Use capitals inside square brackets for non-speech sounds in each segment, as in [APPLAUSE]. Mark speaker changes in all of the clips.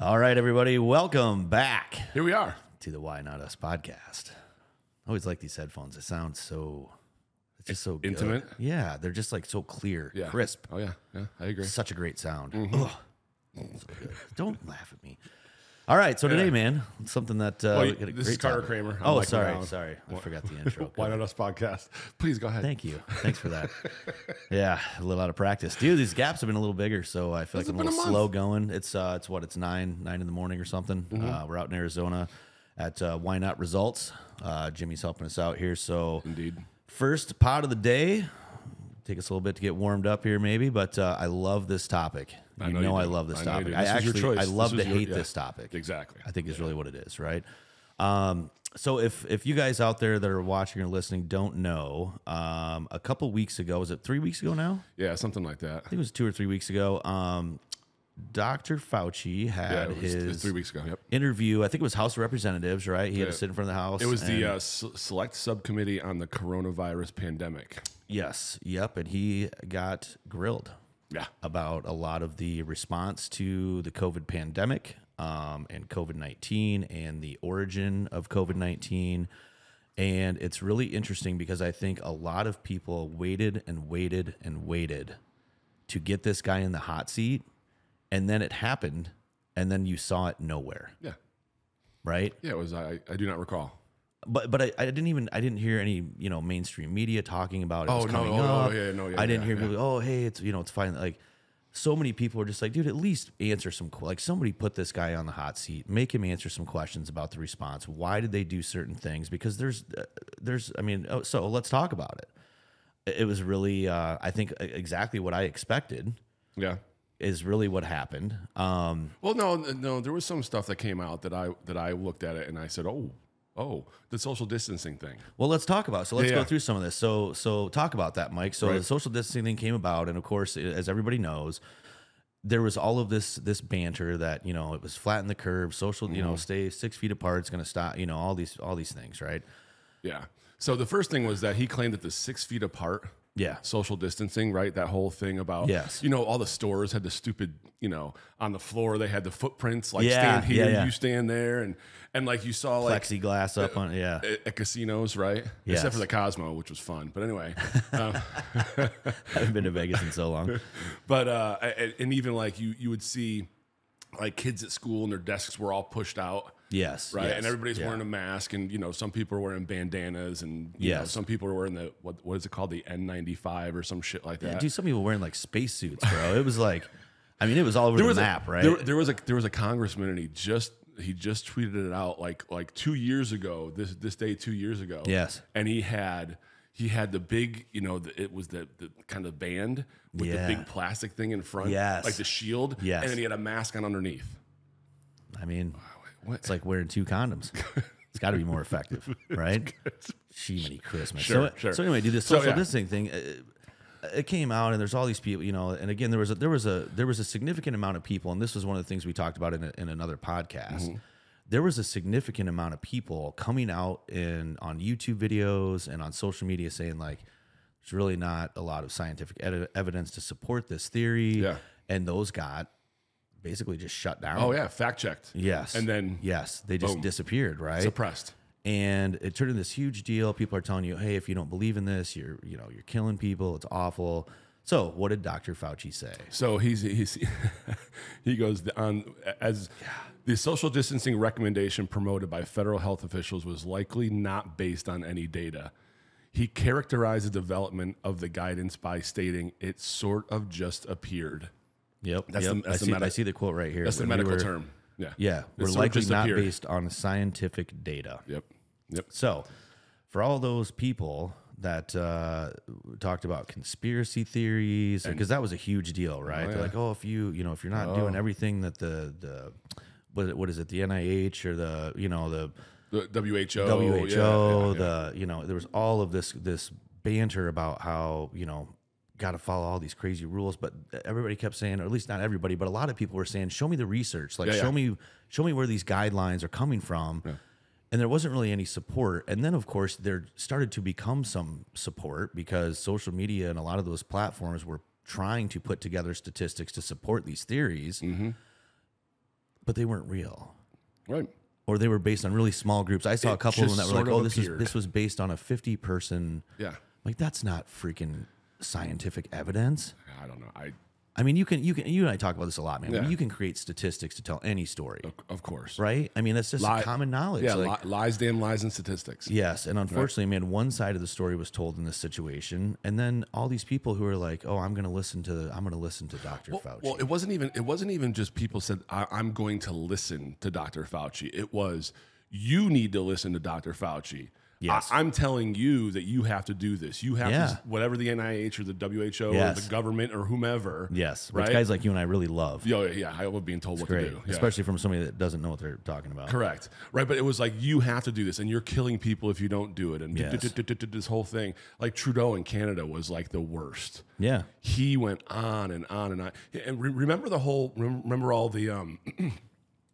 Speaker 1: right, everybody, welcome back
Speaker 2: Here we are.
Speaker 1: to the Why Not Us podcast. I always like these headphones. It sounds so, it's just so good.
Speaker 2: Intimate?
Speaker 1: Yeah, they're just like so clear,
Speaker 2: Yeah. Mm-hmm.
Speaker 1: crisp.
Speaker 2: Oh yeah. Yeah, I agree.
Speaker 1: Such a great sound. Ugh. [LAUGHS] So good. Don't laugh at me. All right, so today, man, something that uh,
Speaker 2: Well,
Speaker 1: we got a
Speaker 2: this
Speaker 1: great
Speaker 2: is Carter
Speaker 1: topic.
Speaker 2: Kramer. I'm
Speaker 1: oh,
Speaker 2: Michael
Speaker 1: sorry,
Speaker 2: Brown.
Speaker 1: sorry, I forgot
Speaker 2: [LAUGHS]
Speaker 1: the intro.
Speaker 2: Why not us podcast? Please go ahead.
Speaker 1: Thank you. Thanks for that. [LAUGHS] yeah, a little out of practice, dude. These gaps have been a little bigger, so I feel like
Speaker 2: It's
Speaker 1: I'm a
Speaker 2: been a
Speaker 1: little
Speaker 2: month.
Speaker 1: slow going. It's uh, it's what it's nine nine in the morning or something.
Speaker 2: Mm-hmm.
Speaker 1: Uh, we're out in Arizona at uh, Why Not Results. Uh, Jimmy's helping us out here, so
Speaker 2: Indeed.
Speaker 1: first pot of the day. Take us a little bit to get warmed up here, maybe, but uh, I love this topic. You
Speaker 2: I
Speaker 1: know,
Speaker 2: know you
Speaker 1: I
Speaker 2: do.
Speaker 1: love this
Speaker 2: I know
Speaker 1: topic.
Speaker 2: you do.
Speaker 1: I
Speaker 2: This was your
Speaker 1: actually
Speaker 2: choice.
Speaker 1: I
Speaker 2: This
Speaker 1: love to
Speaker 2: was your-
Speaker 1: hate
Speaker 2: yeah.
Speaker 1: this topic.
Speaker 2: Exactly.
Speaker 1: I think is really what it is, right? Um, so if if you guys out there that are watching or listening don't know, um, a couple weeks ago, was it three weeks ago now?
Speaker 2: Yeah, something like that.
Speaker 1: I think it was two or three weeks ago. Um, Dr. Fauci
Speaker 2: Yeah,
Speaker 1: had
Speaker 2: it was,
Speaker 1: his
Speaker 2: it was three weeks ago. Yep.
Speaker 1: interview. I think it was House of Representatives, right? He had to
Speaker 2: Yeah.
Speaker 1: sit in front of the House.
Speaker 2: It was
Speaker 1: and-
Speaker 2: the uh, s- select subcommittee on the coronavirus pandemic.
Speaker 1: yes, yep, and he got grilled
Speaker 2: Yeah.
Speaker 1: about a lot of the response to the COVID pandemic um, and COVID 19 and the origin of COVID 19. And it's really interesting because I think a lot of people waited and waited and waited to get this guy in the hot seat. And then it happened. And then you saw it nowhere,
Speaker 2: Yeah.
Speaker 1: right?
Speaker 2: Yeah. It was. I. I do not recall.
Speaker 1: but but I, I didn't even I didn't hear any you know mainstream media talking about it. it
Speaker 2: Oh,
Speaker 1: was
Speaker 2: no,
Speaker 1: coming
Speaker 2: oh, no,
Speaker 1: up.
Speaker 2: yeah, no, yeah,
Speaker 1: I didn't
Speaker 2: yeah,
Speaker 1: hear people. Oh hey, it's you know it's fine. Like so many people are just like, dude, at least answer some que- like somebody put this guy on the hot seat, make him answer some questions about the response. Why did they do certain things? Because there's uh, there's I mean oh, so let's talk about it. It was really uh, I think exactly what I expected
Speaker 2: Yeah.
Speaker 1: is really what happened. Um,
Speaker 2: Well, no, no. There was some stuff that came out that I that I looked at it and I said, oh, oh, the social distancing thing.
Speaker 1: Well, let's talk about. It. So let's
Speaker 2: Yeah,
Speaker 1: go
Speaker 2: yeah.
Speaker 1: through some of this. So so talk about that, Mike. So the social distancing thing came about, and of course, as everybody knows, there was all of this this banter that you know it was flatten the curve, social, you know,
Speaker 2: Mm-hmm.
Speaker 1: stay six feet apart. It's going to stop. You know, all these all these things, right?
Speaker 2: Yeah. So the first thing was that he claimed that the six feet apart
Speaker 1: Yeah.
Speaker 2: social distancing, right? That whole thing about
Speaker 1: Yes.
Speaker 2: you know, all the stores had the stupid, you know, on the floor they had the footprints like
Speaker 1: Yeah,
Speaker 2: stand here,
Speaker 1: yeah, yeah.
Speaker 2: you stand there, and and like you saw like
Speaker 1: Plexiglass up on. Yeah,
Speaker 2: at, at casinos, right?
Speaker 1: Yes.
Speaker 2: Except for the Cosmo, which was fun. But anyway, [LAUGHS]
Speaker 1: I haven't been to Vegas in so
Speaker 2: [LAUGHS]
Speaker 1: long.
Speaker 2: but uh, and, and even like you you would see like kids at school and their desks were all pushed out.
Speaker 1: Yes,
Speaker 2: Right,
Speaker 1: yes,
Speaker 2: and everybody's
Speaker 1: yeah.
Speaker 2: wearing a mask, and you know some people are wearing bandanas, and you know
Speaker 1: Yes.
Speaker 2: some people are wearing the what what is it called the N95 or some shit like that.
Speaker 1: Dude, some people wearing like spacesuits, bro. It was like, I mean, it was all over the
Speaker 2: was a-
Speaker 1: map, right?
Speaker 2: There, there was a there was a congressman, and he just he just tweeted it out like like two years ago. This this day two years ago.
Speaker 1: Yes.
Speaker 2: and he had he had the big you know the, it was the, the kind of band with
Speaker 1: Yeah.
Speaker 2: the big plastic thing in front.
Speaker 1: Yes.
Speaker 2: like the shield.
Speaker 1: Yes.
Speaker 2: and then he had a mask on underneath. Oh,
Speaker 1: I mean,
Speaker 2: what?
Speaker 1: it's like wearing two condoms. It's got to be more
Speaker 2: [LAUGHS]
Speaker 1: effective, right? Shitty Christmas.
Speaker 2: Sure,
Speaker 1: so,
Speaker 2: sure.
Speaker 1: so anyway, dude, this social
Speaker 2: yeah.
Speaker 1: distancing thing, uh, it came out, and there's all these people, you know. And again, there was a, there was a there was a significant amount of people, and this was one of the things we talked about in, a, in another podcast.
Speaker 2: Mm-hmm.
Speaker 1: There was a significant amount of people coming out in on YouTube videos and on social media saying like, "There's really not a lot of scientific ed- evidence to support this theory,"
Speaker 2: Yeah.
Speaker 1: and those got basically just shut down.
Speaker 2: Oh yeah, fact checked.
Speaker 1: Yes.
Speaker 2: and then
Speaker 1: yes, they just
Speaker 2: boom.
Speaker 1: disappeared, right?
Speaker 2: suppressed.
Speaker 1: and it turned into this huge deal. People are telling you, "Hey, if you don't believe in this, you're you know you're killing people. It's awful." So, what did Dr. Fauci say?
Speaker 2: So he's he's [LAUGHS] he goes on as the social distancing recommendation promoted by federal health officials was likely not based on any data. He characterized the development of the guidance by stating it sort of just appeared.
Speaker 1: Yep,
Speaker 2: That's
Speaker 1: yep.
Speaker 2: the- that's
Speaker 1: I,
Speaker 2: the
Speaker 1: see,
Speaker 2: medi-
Speaker 1: I see the quote right here.
Speaker 2: That's the
Speaker 1: When we
Speaker 2: medical
Speaker 1: were-
Speaker 2: term. Yeah.
Speaker 1: Yeah,
Speaker 2: It
Speaker 1: we're
Speaker 2: sort of
Speaker 1: likely
Speaker 2: just
Speaker 1: not
Speaker 2: appeared.
Speaker 1: based on scientific data.
Speaker 2: Yep. Yep.
Speaker 1: So, for all those people that uh, talked about conspiracy theories, because that was a huge deal, right? They're like, oh, if you, you know, if you're not doing everything that the the what, what is it, the NIH or the you know the
Speaker 2: The
Speaker 1: WHO,
Speaker 2: WHO. Oh, yeah, yeah, yeah.
Speaker 1: the you know, there was all of this this banter about how you know got to follow all these crazy rules, but everybody kept saying, or at least not everybody, but a lot of people were saying, "Show me the research, like
Speaker 2: Yeah,
Speaker 1: show
Speaker 2: yeah.
Speaker 1: me show me where these guidelines are coming from." And there wasn't really any support. And then, of course, there started to become some support because social media and a lot of those
Speaker 2: Mm-hmm.
Speaker 1: platforms were trying to put together statistics to support these theories but they weren't real.
Speaker 2: Right.
Speaker 1: Or they were based on really small groups. I saw a
Speaker 2: It
Speaker 1: couple of them
Speaker 2: just
Speaker 1: that were like,
Speaker 2: sort of
Speaker 1: "Oh, this
Speaker 2: appeared.
Speaker 1: is this was based on a 50 person."
Speaker 2: Yeah.
Speaker 1: Like that's not freaking scientific evidence.
Speaker 2: I don't know. I
Speaker 1: I mean, you can you can you and I talk about this a lot, man.
Speaker 2: Yeah.
Speaker 1: You can create statistics to tell any story,
Speaker 2: of course.
Speaker 1: right? I mean, that's just
Speaker 2: Li-
Speaker 1: common knowledge.
Speaker 2: Yeah.
Speaker 1: like,
Speaker 2: li- lies, damn lies, and statistics.
Speaker 1: Yes, and unfortunately, man, one side of the story was told in this situation, and then all these people who are like, "Oh, I'm going to listen to I'm going to listen to Dr. Fauci."
Speaker 2: Well, it wasn't even it wasn't even just people said I, I'm going to listen to Dr. Fauci. It was you need to listen to Dr. Fauci.
Speaker 1: Yes.
Speaker 2: I, am telling you that you have to do this. You have
Speaker 1: Yeah.
Speaker 2: to whatever the NIH or the WHO or
Speaker 1: Yes.
Speaker 2: the government or whomever.
Speaker 1: yes,
Speaker 2: right.
Speaker 1: which guys like you and I really love.
Speaker 2: Yo, yeah, I love being told what
Speaker 1: Great,
Speaker 2: to do. Yeah.
Speaker 1: especially from somebody that doesn't know what they're talking about.
Speaker 2: Correct. Right. But it was like, you have to do this and you're killing people if you don't do it. And d- d-
Speaker 1: Yes.
Speaker 2: d- d- d- this whole thing. Like Trudeau in Canada was like the worst.
Speaker 1: Yeah,
Speaker 2: He went on and on and on. And re- remember the whole, rem- remember all the, um, [CLEARS THROAT]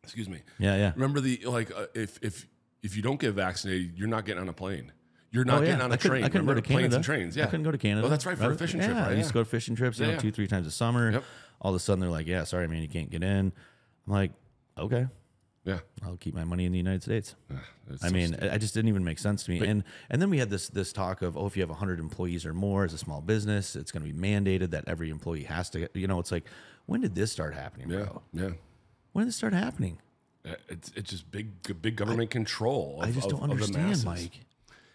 Speaker 2: excuse me.
Speaker 1: yeah, yeah.
Speaker 2: Remember the, like, uh, if, if, if you don't get vaccinated, you're not getting on a plane. You're
Speaker 1: Oh,
Speaker 2: not
Speaker 1: yeah.
Speaker 2: getting on a
Speaker 1: I couldn't-
Speaker 2: train.
Speaker 1: I couldn't go
Speaker 2: Remember
Speaker 1: to Canada.
Speaker 2: Planes and trains. Yeah.
Speaker 1: I couldn't go to Canada.
Speaker 2: Oh, that's right. For a
Speaker 1: Right?
Speaker 2: fishing
Speaker 1: yeah,
Speaker 2: trip. Right?
Speaker 1: I used to go to fishing trips, you know,
Speaker 2: Yeah.
Speaker 1: two, three times a summer.
Speaker 2: Yep.
Speaker 1: All of a sudden, they're like, "Yeah, sorry, man, you can't get in." I'm like, "Okay,
Speaker 2: yeah.
Speaker 1: I'll keep my money in the United States."
Speaker 2: That's
Speaker 1: I
Speaker 2: so
Speaker 1: mean, I I just didn't even make sense to me. and and then we had this this talk of oh, if you have 100 employees or more as a small business, it's going to be mandated that every employee has to. You know, it's like when did this start happening,
Speaker 2: yeah.
Speaker 1: bro?
Speaker 2: Yeah.
Speaker 1: When did this start happening?
Speaker 2: Uh, It's, it's just big, big government control. Of,
Speaker 1: I just
Speaker 2: of-
Speaker 1: don't
Speaker 2: of the
Speaker 1: understand,
Speaker 2: masses.
Speaker 1: Mike.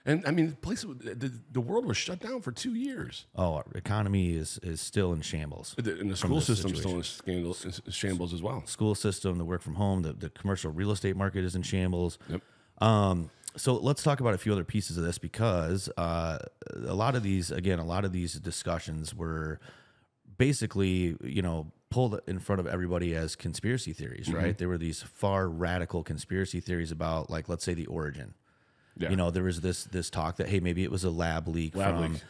Speaker 2: And I mean, the place uh, the, the world was shut down for two years,
Speaker 1: Oh, our economy is is still in shambles.
Speaker 2: and the school system's still in scandal, in shambles as well.
Speaker 1: School system, the work from home, the, the commercial real estate market is in shambles.
Speaker 2: Yep.
Speaker 1: Um, so let's talk about a few other pieces of this because uh, a lot of these, again, a lot of these discussions were basically, you know, pulled in front of everybody as conspiracy theories,
Speaker 2: Mm-hmm.
Speaker 1: right? There were these far radical conspiracy theories about, like, let's say, the origin.
Speaker 2: Yeah.
Speaker 1: You know, there was this this talk that hey, maybe it was a lab leak
Speaker 2: Lab
Speaker 1: from
Speaker 2: leak.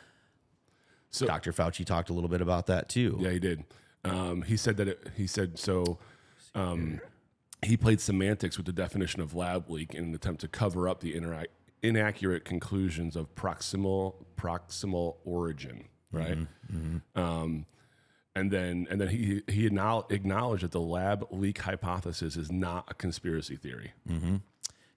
Speaker 2: So-
Speaker 1: Dr. Fauci talked a little bit about that too.
Speaker 2: Yeah, he did. Um, he said that. It, he said so. Um, he played semantics with the definition of lab leak in an attempt to cover up the interac- inaccurate conclusions of proximal proximal origin, right? Um, and then, and then he he acknowl- acknowledged that the lab leak hypothesis is not a conspiracy theory.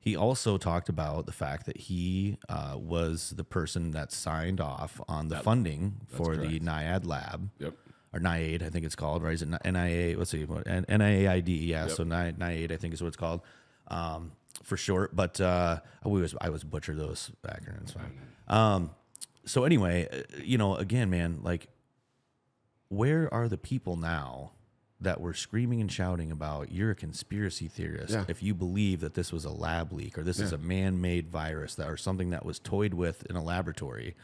Speaker 1: He also talked about the fact that he uh, was the person that signed off on the funding for the NIAID lab.
Speaker 2: Yep.
Speaker 1: Or NIAID, I think it's called, right? Is it NIA? Let's see, what, N- NIAID, yeah. So NI- NIAID, I think is what it's called um, for short. But uh, I was I was butchered those acronyms. Fine. Um, so anyway, uh, you know, again, man, like, where are the people now that were screaming and shouting about you're a conspiracy theorist
Speaker 2: Yeah.
Speaker 1: if you believe that this was a lab leak or this is a man-made virus that or something that was toyed with in a laboratory?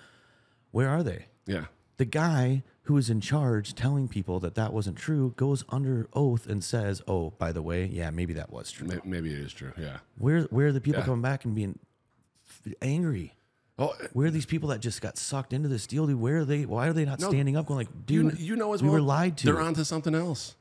Speaker 1: Where are they?
Speaker 2: Yeah.
Speaker 1: the guy who is in charge telling people that that wasn't true goes under oath and says, "Oh, by the way, yeah, maybe that was true."
Speaker 2: May- Maybe it is true. Yeah.
Speaker 1: Where where are the people coming back and being f- angry?
Speaker 2: Oh,
Speaker 1: Where are these people that just got sucked into this deal, dude? Where are they? Why are they not standing up? Going like,
Speaker 2: you,
Speaker 1: dude,
Speaker 2: you know as
Speaker 1: we
Speaker 2: well.
Speaker 1: were lied to. Oh,
Speaker 2: They're onto something else.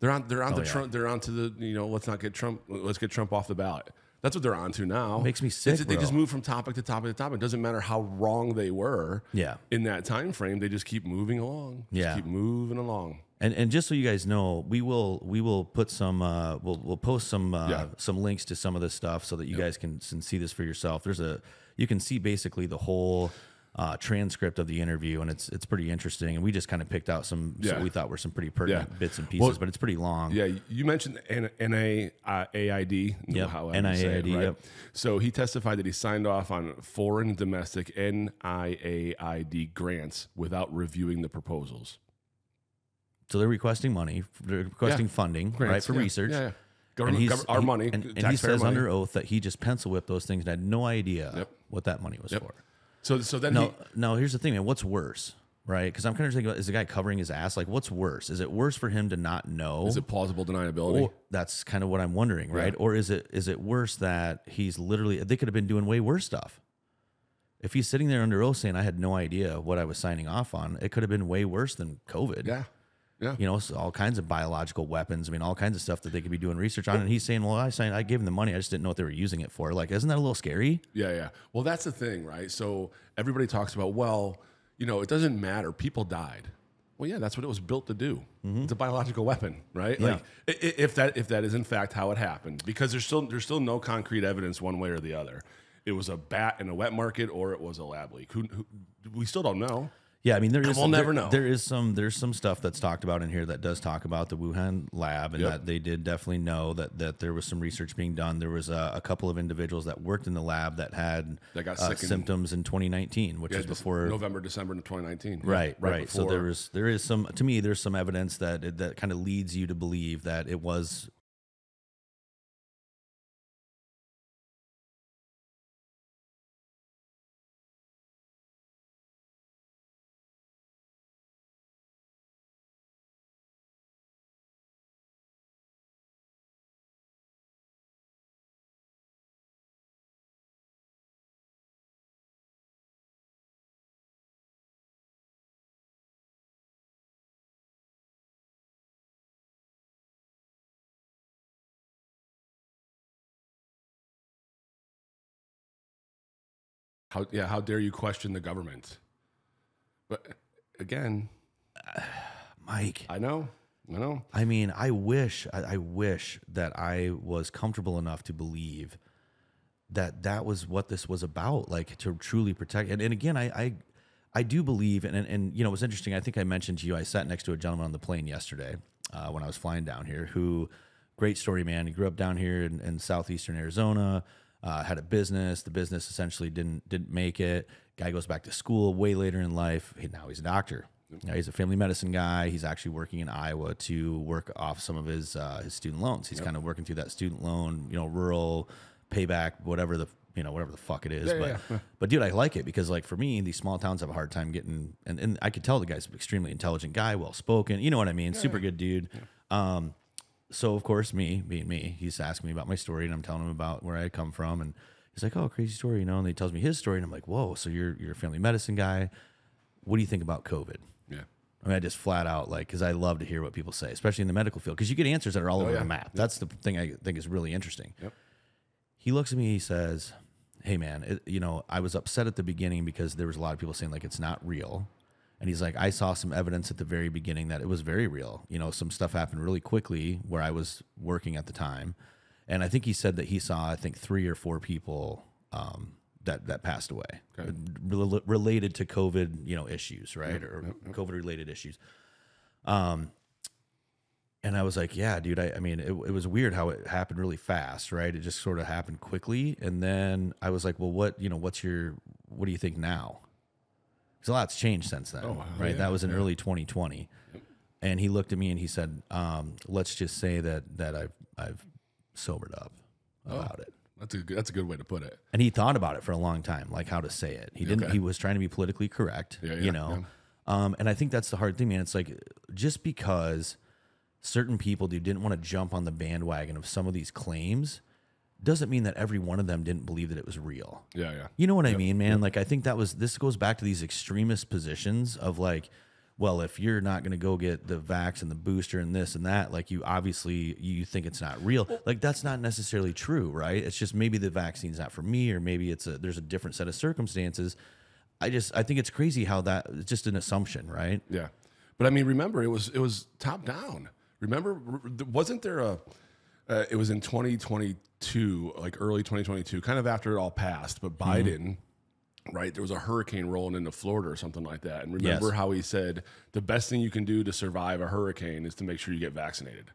Speaker 2: They're on. They're onto
Speaker 1: yeah.
Speaker 2: Trump. They're onto the. You know, let's not get Trump. Let's get Trump off the ballot. That's what they're onto now.
Speaker 1: Makes me
Speaker 2: It's-
Speaker 1: sick,
Speaker 2: They just
Speaker 1: bro.
Speaker 2: move from topic to topic to topic. It doesn't matter how wrong they were.
Speaker 1: Yeah.
Speaker 2: In that time frame, they just keep moving along. Just
Speaker 1: Yeah.
Speaker 2: Keep moving along.
Speaker 1: And and just so you guys know, we will we will put some uh, we'll we'll post some uh,
Speaker 2: Yeah.
Speaker 1: some links to some of this stuff so that you guys can s- see this for yourself. There's a you can see basically the whole uh, transcript of the interview, and it's it's pretty interesting. And we just kind of picked out some
Speaker 2: Yeah.
Speaker 1: so we thought were some pretty pertinent
Speaker 2: Yeah.
Speaker 1: bits and pieces, but it's pretty long.
Speaker 2: Yeah, you mentioned N- NA, uh, AID.
Speaker 1: Yep,
Speaker 2: I say it,
Speaker 1: NIAID, yep.
Speaker 2: So he testified that he signed off on foreign domestic NIAID grants without reviewing the proposals.
Speaker 1: So they're requesting money, they're requesting funding, right,
Speaker 2: Grants,
Speaker 1: for
Speaker 2: yeah,
Speaker 1: research.
Speaker 2: yeah, yeah.
Speaker 1: And
Speaker 2: Government,
Speaker 1: he's-
Speaker 2: gov- our
Speaker 1: he-
Speaker 2: money.
Speaker 1: and, and he
Speaker 2: taxpayer
Speaker 1: says
Speaker 2: money.
Speaker 1: under oath that he just pencil whipped those things and had no idea
Speaker 2: Yep.
Speaker 1: what that money was for.
Speaker 2: So, so then
Speaker 1: No,
Speaker 2: he,
Speaker 1: no. Here's the thing, man. What's worse, right? Because I'm kind of thinking, about, is the guy covering his ass? Like, what's worse? Is it worse for him to not know?
Speaker 2: is it plausible deniability?
Speaker 1: Or- that's kind of what I'm wondering, right? Or is it is it worse that he's literally they could have been doing way worse stuff? If he's sitting there under oath saying I had no idea what I was signing off on, it could have been way worse than COVID.
Speaker 2: yeah, yeah.
Speaker 1: You know, so all kinds of biological weapons. I mean, all kinds of stuff that they could be doing research on. And he's saying, "Well, I signed, I gave him the money. I just didn't know what they were using it for." Like, isn't that a little scary?
Speaker 2: Yeah, yeah. Well, that's the thing, right? So everybody talks about, well, you know, it doesn't matter. People died. Well, yeah, that's what it was built to do.
Speaker 1: Mm-hmm.
Speaker 2: It's a biological weapon, right? Like i- i- if that if that is in fact how it happened, because there's still there's still no concrete evidence one way or the other. It was a bat in a wet market, or it was a lab leak. Who, who we still don't know.
Speaker 1: Yeah, I mean, there is.
Speaker 2: we'll
Speaker 1: there-
Speaker 2: never know.
Speaker 1: There is some. There's some stuff that's talked about in here that does talk about the Wuhan lab, and
Speaker 2: Yep.
Speaker 1: that they did definitely know that that there was some research being done. There was a, a couple of individuals that worked in the lab that had
Speaker 2: That got
Speaker 1: uh,
Speaker 2: sick in-
Speaker 1: symptoms in 2019, which
Speaker 2: Yeah,
Speaker 1: is
Speaker 2: just
Speaker 1: before.
Speaker 2: November, December of 2019.
Speaker 1: Right, right. So there
Speaker 2: before-
Speaker 1: was there is some to me. There's some evidence that it, that kind of leads you to believe that it was
Speaker 2: How, yeah, how dare you question the government? But again,
Speaker 1: Mike.
Speaker 2: I know, I know.
Speaker 1: I mean, I wish, I, I wish that I was comfortable enough to believe that that was what this was about, like to truly protect. And, and again, I, I, I do believe, and, and, and you know, it was interesting. I think I mentioned to you, I sat next to a gentleman on the plane yesterday uh, when I was flying down here who, great story, man. He grew up down here in, in southeastern Arizona. Uh, had a business. The business essentially didn't didn't make it. Guy goes back to school way later in life. He, now he's a doctor. Now he's a family medicine guy. He's actually working in Iowa to work off some of his uh, his student loans. He's kind of working through that student loan, you know, rural payback, whatever the you know whatever the fuck it is. but but dude, I like it because like for me, these small towns have a hard time getting, and, and I could tell the guy's an extremely intelligent guy, well spoken. You know what I mean? Super good dude. Um, so of course me being me he's asking me about my story and i'm telling him about where i come from and he's like oh crazy story you know and he tells me his story and i'm like whoa so you're you're a family medicine guy what do you think about covid
Speaker 2: Yeah,
Speaker 1: i mean i just flat out like because i love to hear what people say especially in the medical field because you get answers that are all over
Speaker 2: Oh, yeah.
Speaker 1: the map that's the thing i think is really interesting he looks at me he says hey man it, you know i was upset at the beginning because there was a lot of people saying like it's not real and he's like i saw some evidence at the very beginning that it was very real you know some stuff happened really quickly where i was working at the time and i think he said that he saw i think three or four people um, that that passed away rel- related to covid you know issues right or covid related issues and I was like, yeah, dude. I, I mean, it, it was weird how it happened really fast, right? It just sort of happened quickly. And then I was like, well, what, you know, what's your, what do you think now? Because a lot's changed since then, right? that was in early 2020. And he looked at me and he said, um, let's just say that, that I've, I've sobered up about it.
Speaker 2: that's a good, that's a good way to put it.
Speaker 1: And he thought about it for a long time, like how to say it. He didn't.
Speaker 2: Okay.
Speaker 1: He was trying to be politically correct,
Speaker 2: Yeah, yeah,
Speaker 1: you know. Um, and I think that's the hard thing, man. It's like just because certain people dude, didn't want to jump on the bandwagon of some of these claims doesn't mean that every one of them didn't believe that it was real.
Speaker 2: Yeah, yeah.
Speaker 1: You know what I mean, man? Like I think that was this goes back to these extremist positions of like, well, if you're not going to go get the vax and the booster and this and that, like you obviously you think it's not real. Like that's not necessarily true, right? It's just maybe the vaccine's not for me, or maybe it's a there's a different set of circumstances. I just I think it's crazy how that it's just an assumption, right?
Speaker 2: Yeah, but I mean, remember it was it was top down. Remember, r- r- wasn't there a? Uh, it was in 2022, like early 2022, kind of after it all passed. But
Speaker 1: Mm-hmm.
Speaker 2: Biden, right? There was a hurricane rolling into Florida or something like that. And remember
Speaker 1: Yes.
Speaker 2: how he said the best thing you can do to survive a hurricane is to make sure you get vaccinated.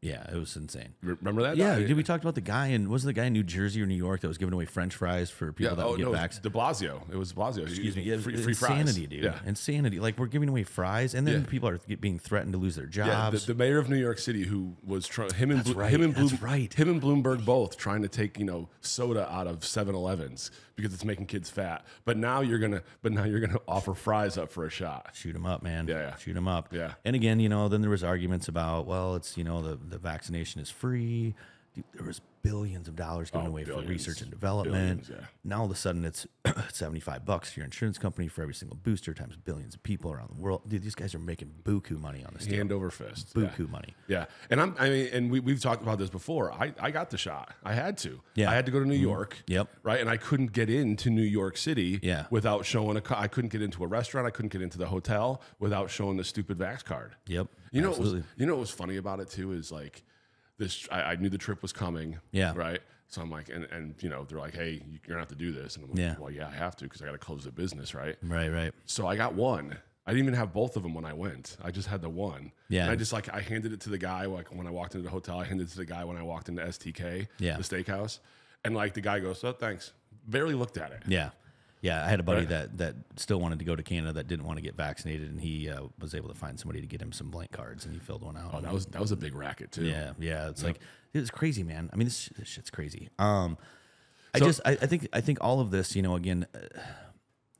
Speaker 1: Yeah, it was insane.
Speaker 2: Re- Remember that?
Speaker 1: Yeah,
Speaker 2: I-
Speaker 1: dude, we talked about the guy in wasn't the guy in New Jersey or New York that was giving away French fries for people
Speaker 2: yeah.
Speaker 1: that
Speaker 2: Oh
Speaker 1: would get
Speaker 2: no,
Speaker 1: vaccinated?
Speaker 2: De Blasio. It was De Blasio.
Speaker 1: Excuse me. Yeah,
Speaker 2: free,
Speaker 1: it's
Speaker 2: free fries.
Speaker 1: insanity, dude.
Speaker 2: Yeah.
Speaker 1: Insanity. Like we're giving away fries, and then
Speaker 2: Yeah.
Speaker 1: people are get- being threatened to lose their
Speaker 2: Yeah, the,
Speaker 1: jobs.
Speaker 2: the mayor of New York City, who was trying him and Blo-
Speaker 1: right,
Speaker 2: him and
Speaker 1: that's
Speaker 2: Bloom-
Speaker 1: right.
Speaker 2: him and Bloomberg both trying to take you know soda out of 7-Elevens because it's making kids fat. But now you're gonna but now you're gonna [LAUGHS] offer fries up for a shot.
Speaker 1: Shoot 'em Shoot them up, man.
Speaker 2: Yeah, yeah.
Speaker 1: Shoot them up.
Speaker 2: Yeah.
Speaker 1: And again, you know, then there was arguments about, well, it's you know the the vaccination is free. there was billions of dollars given
Speaker 2: Oh,
Speaker 1: away for
Speaker 2: billions.
Speaker 1: research and development.
Speaker 2: Billions, yeah.
Speaker 1: Now all of a sudden it's [COUGHS] 75 bucks to your insurance company for every single booster times billions of people around the world. Dude, these guys are making buku money on this deal.
Speaker 2: hand over fist. Yeah.
Speaker 1: Buku money.
Speaker 2: Yeah, and I'm. I mean, and we we've talked about this before. I I got the shot. I had to.
Speaker 1: Yeah. Mm-hmm.
Speaker 2: I had to go to New York.
Speaker 1: Yep.
Speaker 2: Right, and I couldn't get into New York City.
Speaker 1: Yeah.
Speaker 2: Without showing a, co- I couldn't get into a restaurant. I couldn't get into the hotel without showing the stupid vax card.
Speaker 1: Yep.
Speaker 2: You know, what was,
Speaker 1: Absolutely.
Speaker 2: you know what was funny about it too is like this. I, I knew the trip was coming.
Speaker 1: Yeah.
Speaker 2: Right. So I'm like, and and you know, they're like, hey, you're gonna have to do this, and I'm like,
Speaker 1: Yeah.
Speaker 2: well, yeah, I have to because I got to close the business, right?
Speaker 1: right, right.
Speaker 2: So I got one. I didn't even have both of them when I went. I just had the one.
Speaker 1: Yeah.
Speaker 2: And I just like I handed it to the guy like when I walked into the hotel. I handed it to the guy when I walked into STK.
Speaker 1: Yeah.
Speaker 2: The steakhouse, and like the guy goes, "Oh, thanks." Barely looked at it.
Speaker 1: Yeah. Yeah, I had a buddy
Speaker 2: Right.
Speaker 1: that that still wanted to go to Canada that didn't want to get vaccinated, and he uh, was able to find somebody to get him some blank cards, and he filled one out.
Speaker 2: Oh, that was that was a big racket too.
Speaker 1: Yeah, yeah. It's like it's crazy, man. I mean, this, this shit's crazy. Um, I just, I, I think, I think all of this, you know, again, uh,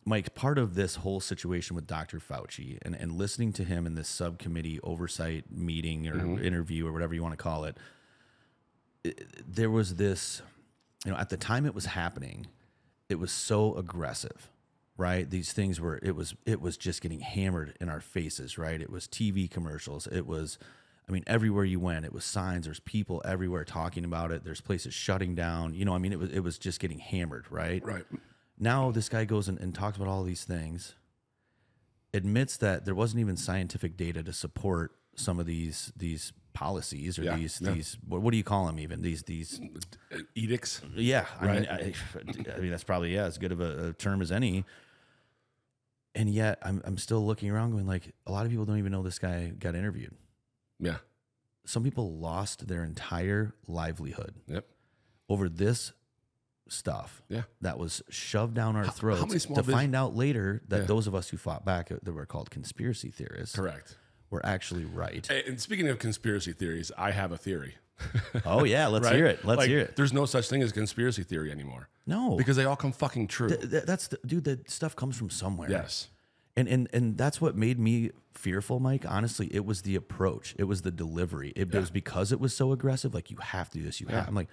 Speaker 1: Mike, part of this whole situation with Dr. Fauci and and listening to him in this subcommittee oversight meeting or interview or whatever you want to call it, it, there was this, you know, at the time it was happening, it was so aggressive right these things were it was it was just getting hammered in our faces right it was tv commercials it was i mean everywhere you went it was signs there's people everywhere talking about it there's places shutting down you know i mean it was it was just getting hammered right
Speaker 2: Right.
Speaker 1: now this guy goes and, and talks about all these things admits that there wasn't even scientific data to support some of these these policies or
Speaker 2: Yeah,
Speaker 1: these
Speaker 2: yeah.
Speaker 1: these what, what do you call them even these these
Speaker 2: Edicts.
Speaker 1: yeah, I mean, I, I mean that's probably yeah as good of a, a term as any. And yet, I'm I'm still looking around, going like a lot of people don't even know this guy got interviewed.
Speaker 2: Yeah.
Speaker 1: Some people lost their entire livelihood
Speaker 2: Yep.
Speaker 1: over this stuff
Speaker 2: Yeah.
Speaker 1: that was shoved down our
Speaker 2: how
Speaker 1: throats.
Speaker 2: many small
Speaker 1: to
Speaker 2: bus-
Speaker 1: find out later that
Speaker 2: Yeah.
Speaker 1: those of us who fought back uh, that were called conspiracy theorists
Speaker 2: Correct.
Speaker 1: were actually
Speaker 2: [LAUGHS]
Speaker 1: right.
Speaker 2: And and speaking of conspiracy theories, I have a theory.
Speaker 1: oh yeah, let's hear
Speaker 2: Right?
Speaker 1: it. Let's
Speaker 2: Like,
Speaker 1: hear it.
Speaker 2: There's no such thing as conspiracy theory anymore
Speaker 1: No, because
Speaker 2: because they all come fucking true.
Speaker 1: that's the, dude. That stuff comes from somewhere.
Speaker 2: yes.
Speaker 1: and and and that's what made me fearful mike honestly it was the approach it was the delivery it was because it was so aggressive like you have to do this you have i'm like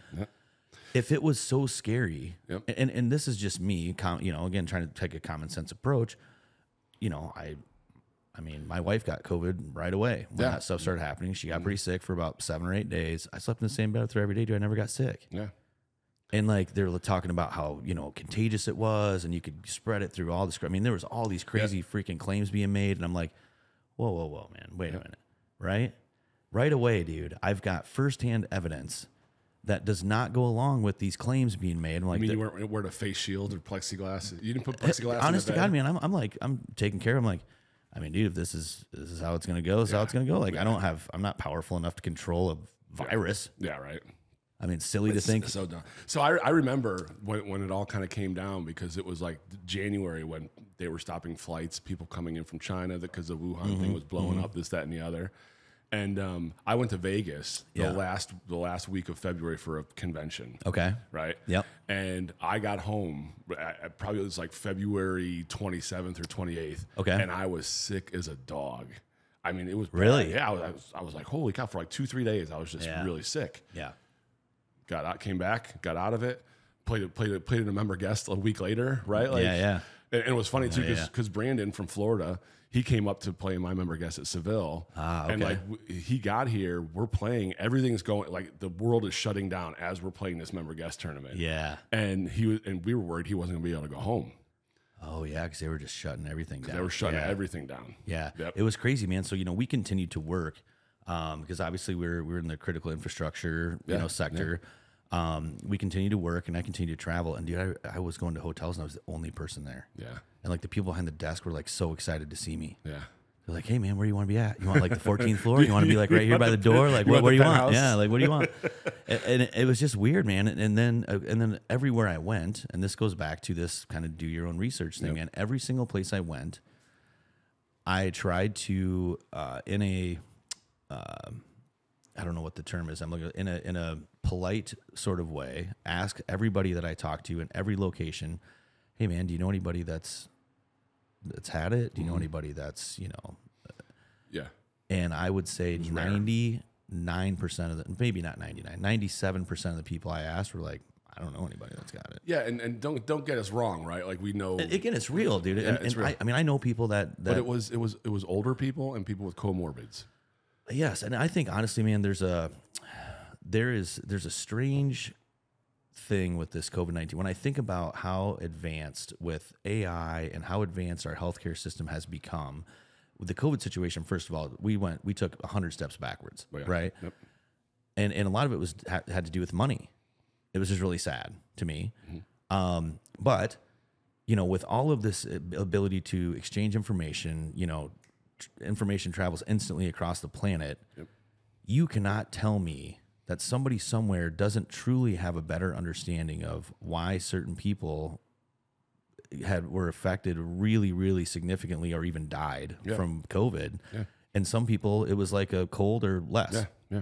Speaker 1: if it was so scary
Speaker 2: Yep.
Speaker 1: and and this is just me com- you know again trying to take a common sense approach you know i i mean my wife got covid right away when
Speaker 2: Yeah. Mm-hmm.
Speaker 1: that stuff started happening she got pretty sick for about seven or eight days i slept in the same bed with her every day dude i never got sick
Speaker 2: Yeah.
Speaker 1: and like they're talking about how you know contagious it was, and you could spread it through all this. I mean, there was all these crazy freaking claims being made, and I'm like, whoa, whoa, whoa, man, wait a minute, right, right away, dude. I've got firsthand evidence that does not go along with these claims being made. I'm like,
Speaker 2: I mean,
Speaker 1: the-
Speaker 2: you weren't wearing a face shield or plexiglass. You didn't put plexiglass. in
Speaker 1: honest
Speaker 2: the
Speaker 1: to
Speaker 2: bed.
Speaker 1: God, man, I'm, I'm like, I'm taking care. of I'm like, I mean, dude, if this is this is how it's gonna go, this is how it's gonna go. Like, I don't have, I'm not powerful enough to control a virus.
Speaker 2: Yeah, right.
Speaker 1: I mean, silly to think.
Speaker 2: So dumb. So I, I remember when, when it all kind of came down because it was like January when they were stopping flights, people coming in from China because the Wuhan
Speaker 1: Mm-hmm.
Speaker 2: thing was blowing up, this, that, and the other. And um, I went to Vegas
Speaker 1: Yeah.
Speaker 2: the last the last week of February for a convention.
Speaker 1: Okay.
Speaker 2: Right.
Speaker 1: Yep.
Speaker 2: And I got home. I, I probably was like February 27th or 28th.
Speaker 1: Okay.
Speaker 2: And I was sick as a dog. I mean, it was bad.
Speaker 1: Really?
Speaker 2: Yeah. I was, I was. I was like, holy cow! For like two, three days, I was just
Speaker 1: Yeah.
Speaker 2: really sick
Speaker 1: Yeah.
Speaker 2: got out, came back, got out of it, played a, played a, played in a member guest a week later, right? Like,
Speaker 1: Yeah, yeah.
Speaker 2: And, and it was funny too because
Speaker 1: yeah.
Speaker 2: Brandon from Florida, he came up to play my member guest at Seville,
Speaker 1: Ah,
Speaker 2: and
Speaker 1: okay.
Speaker 2: like w- he got here, we're playing, everything's going like the world is shutting down as we're playing this member guest tournament,
Speaker 1: Yeah.
Speaker 2: And he was, and we were worried he wasn't going to be able to go home.
Speaker 1: Oh yeah, because they were just shutting everything down.
Speaker 2: They were shutting
Speaker 1: yeah.
Speaker 2: everything down.
Speaker 1: Yeah,
Speaker 2: Yep.
Speaker 1: it was crazy, man. So you know, we continued to work because obviously we're we're in the critical infrastructure you know sector. Um, we continued to work, and I continued to travel. And dude, I, I was going to hotels, and I was the only person there.
Speaker 2: Yeah,
Speaker 1: And like the people behind the desk were like so excited to see me.
Speaker 2: yeah.
Speaker 1: They're like, "Hey, man, where do you want to be at? You want like the [LAUGHS] 14th floor? You want to be like right here by the door? Like, what,
Speaker 2: want
Speaker 1: what do
Speaker 2: the
Speaker 1: you want?
Speaker 2: penthouse?
Speaker 1: Yeah, like what do you [LAUGHS] want?" and, and it, it was just weird, man. And, and then uh, and then everywhere I went, and this goes back to this kind of do your own research thing, man. Every single place I went, I tried to uh, in a um, I don't know what the term is. I'm looking in a in a polite sort of way. Ask everybody that I talk to in every location, "Hey man, do you know anybody that's that's had it? Do you know anybody that's you know
Speaker 2: Yeah.
Speaker 1: and I would say
Speaker 2: rare.
Speaker 1: ninety 99% of the, maybe not 99, 97% of the people I asked were like, I don't know anybody that's got it.
Speaker 2: Yeah, and, and don't don't get us wrong, right? Like we know,
Speaker 1: And again, it's real, dude. and and
Speaker 2: it's real.
Speaker 1: I, I mean, I know people that, that
Speaker 2: but it was it was it was older people and people with comorbids.
Speaker 1: Yes, and I think honestly, man, there's a there is there's a strange thing with this COVID nineteen. When I think about how advanced with AI and how advanced our healthcare system has become, with the COVID situation, first of all, we went we took hundred steps backwards,
Speaker 2: yeah.
Speaker 1: right?
Speaker 2: Yep.
Speaker 1: And and a lot of it was ha- had to do with money. It was just really sad to me. Um, but you know, with all of this ab- ability to exchange information, you know, tr- information travels instantly across the planet. You cannot tell me that somebody somewhere doesn't truly have a better understanding of why certain people had were affected really, really significantly or even died from COVID. And some people, it was like a cold or less.
Speaker 2: Yeah, yeah.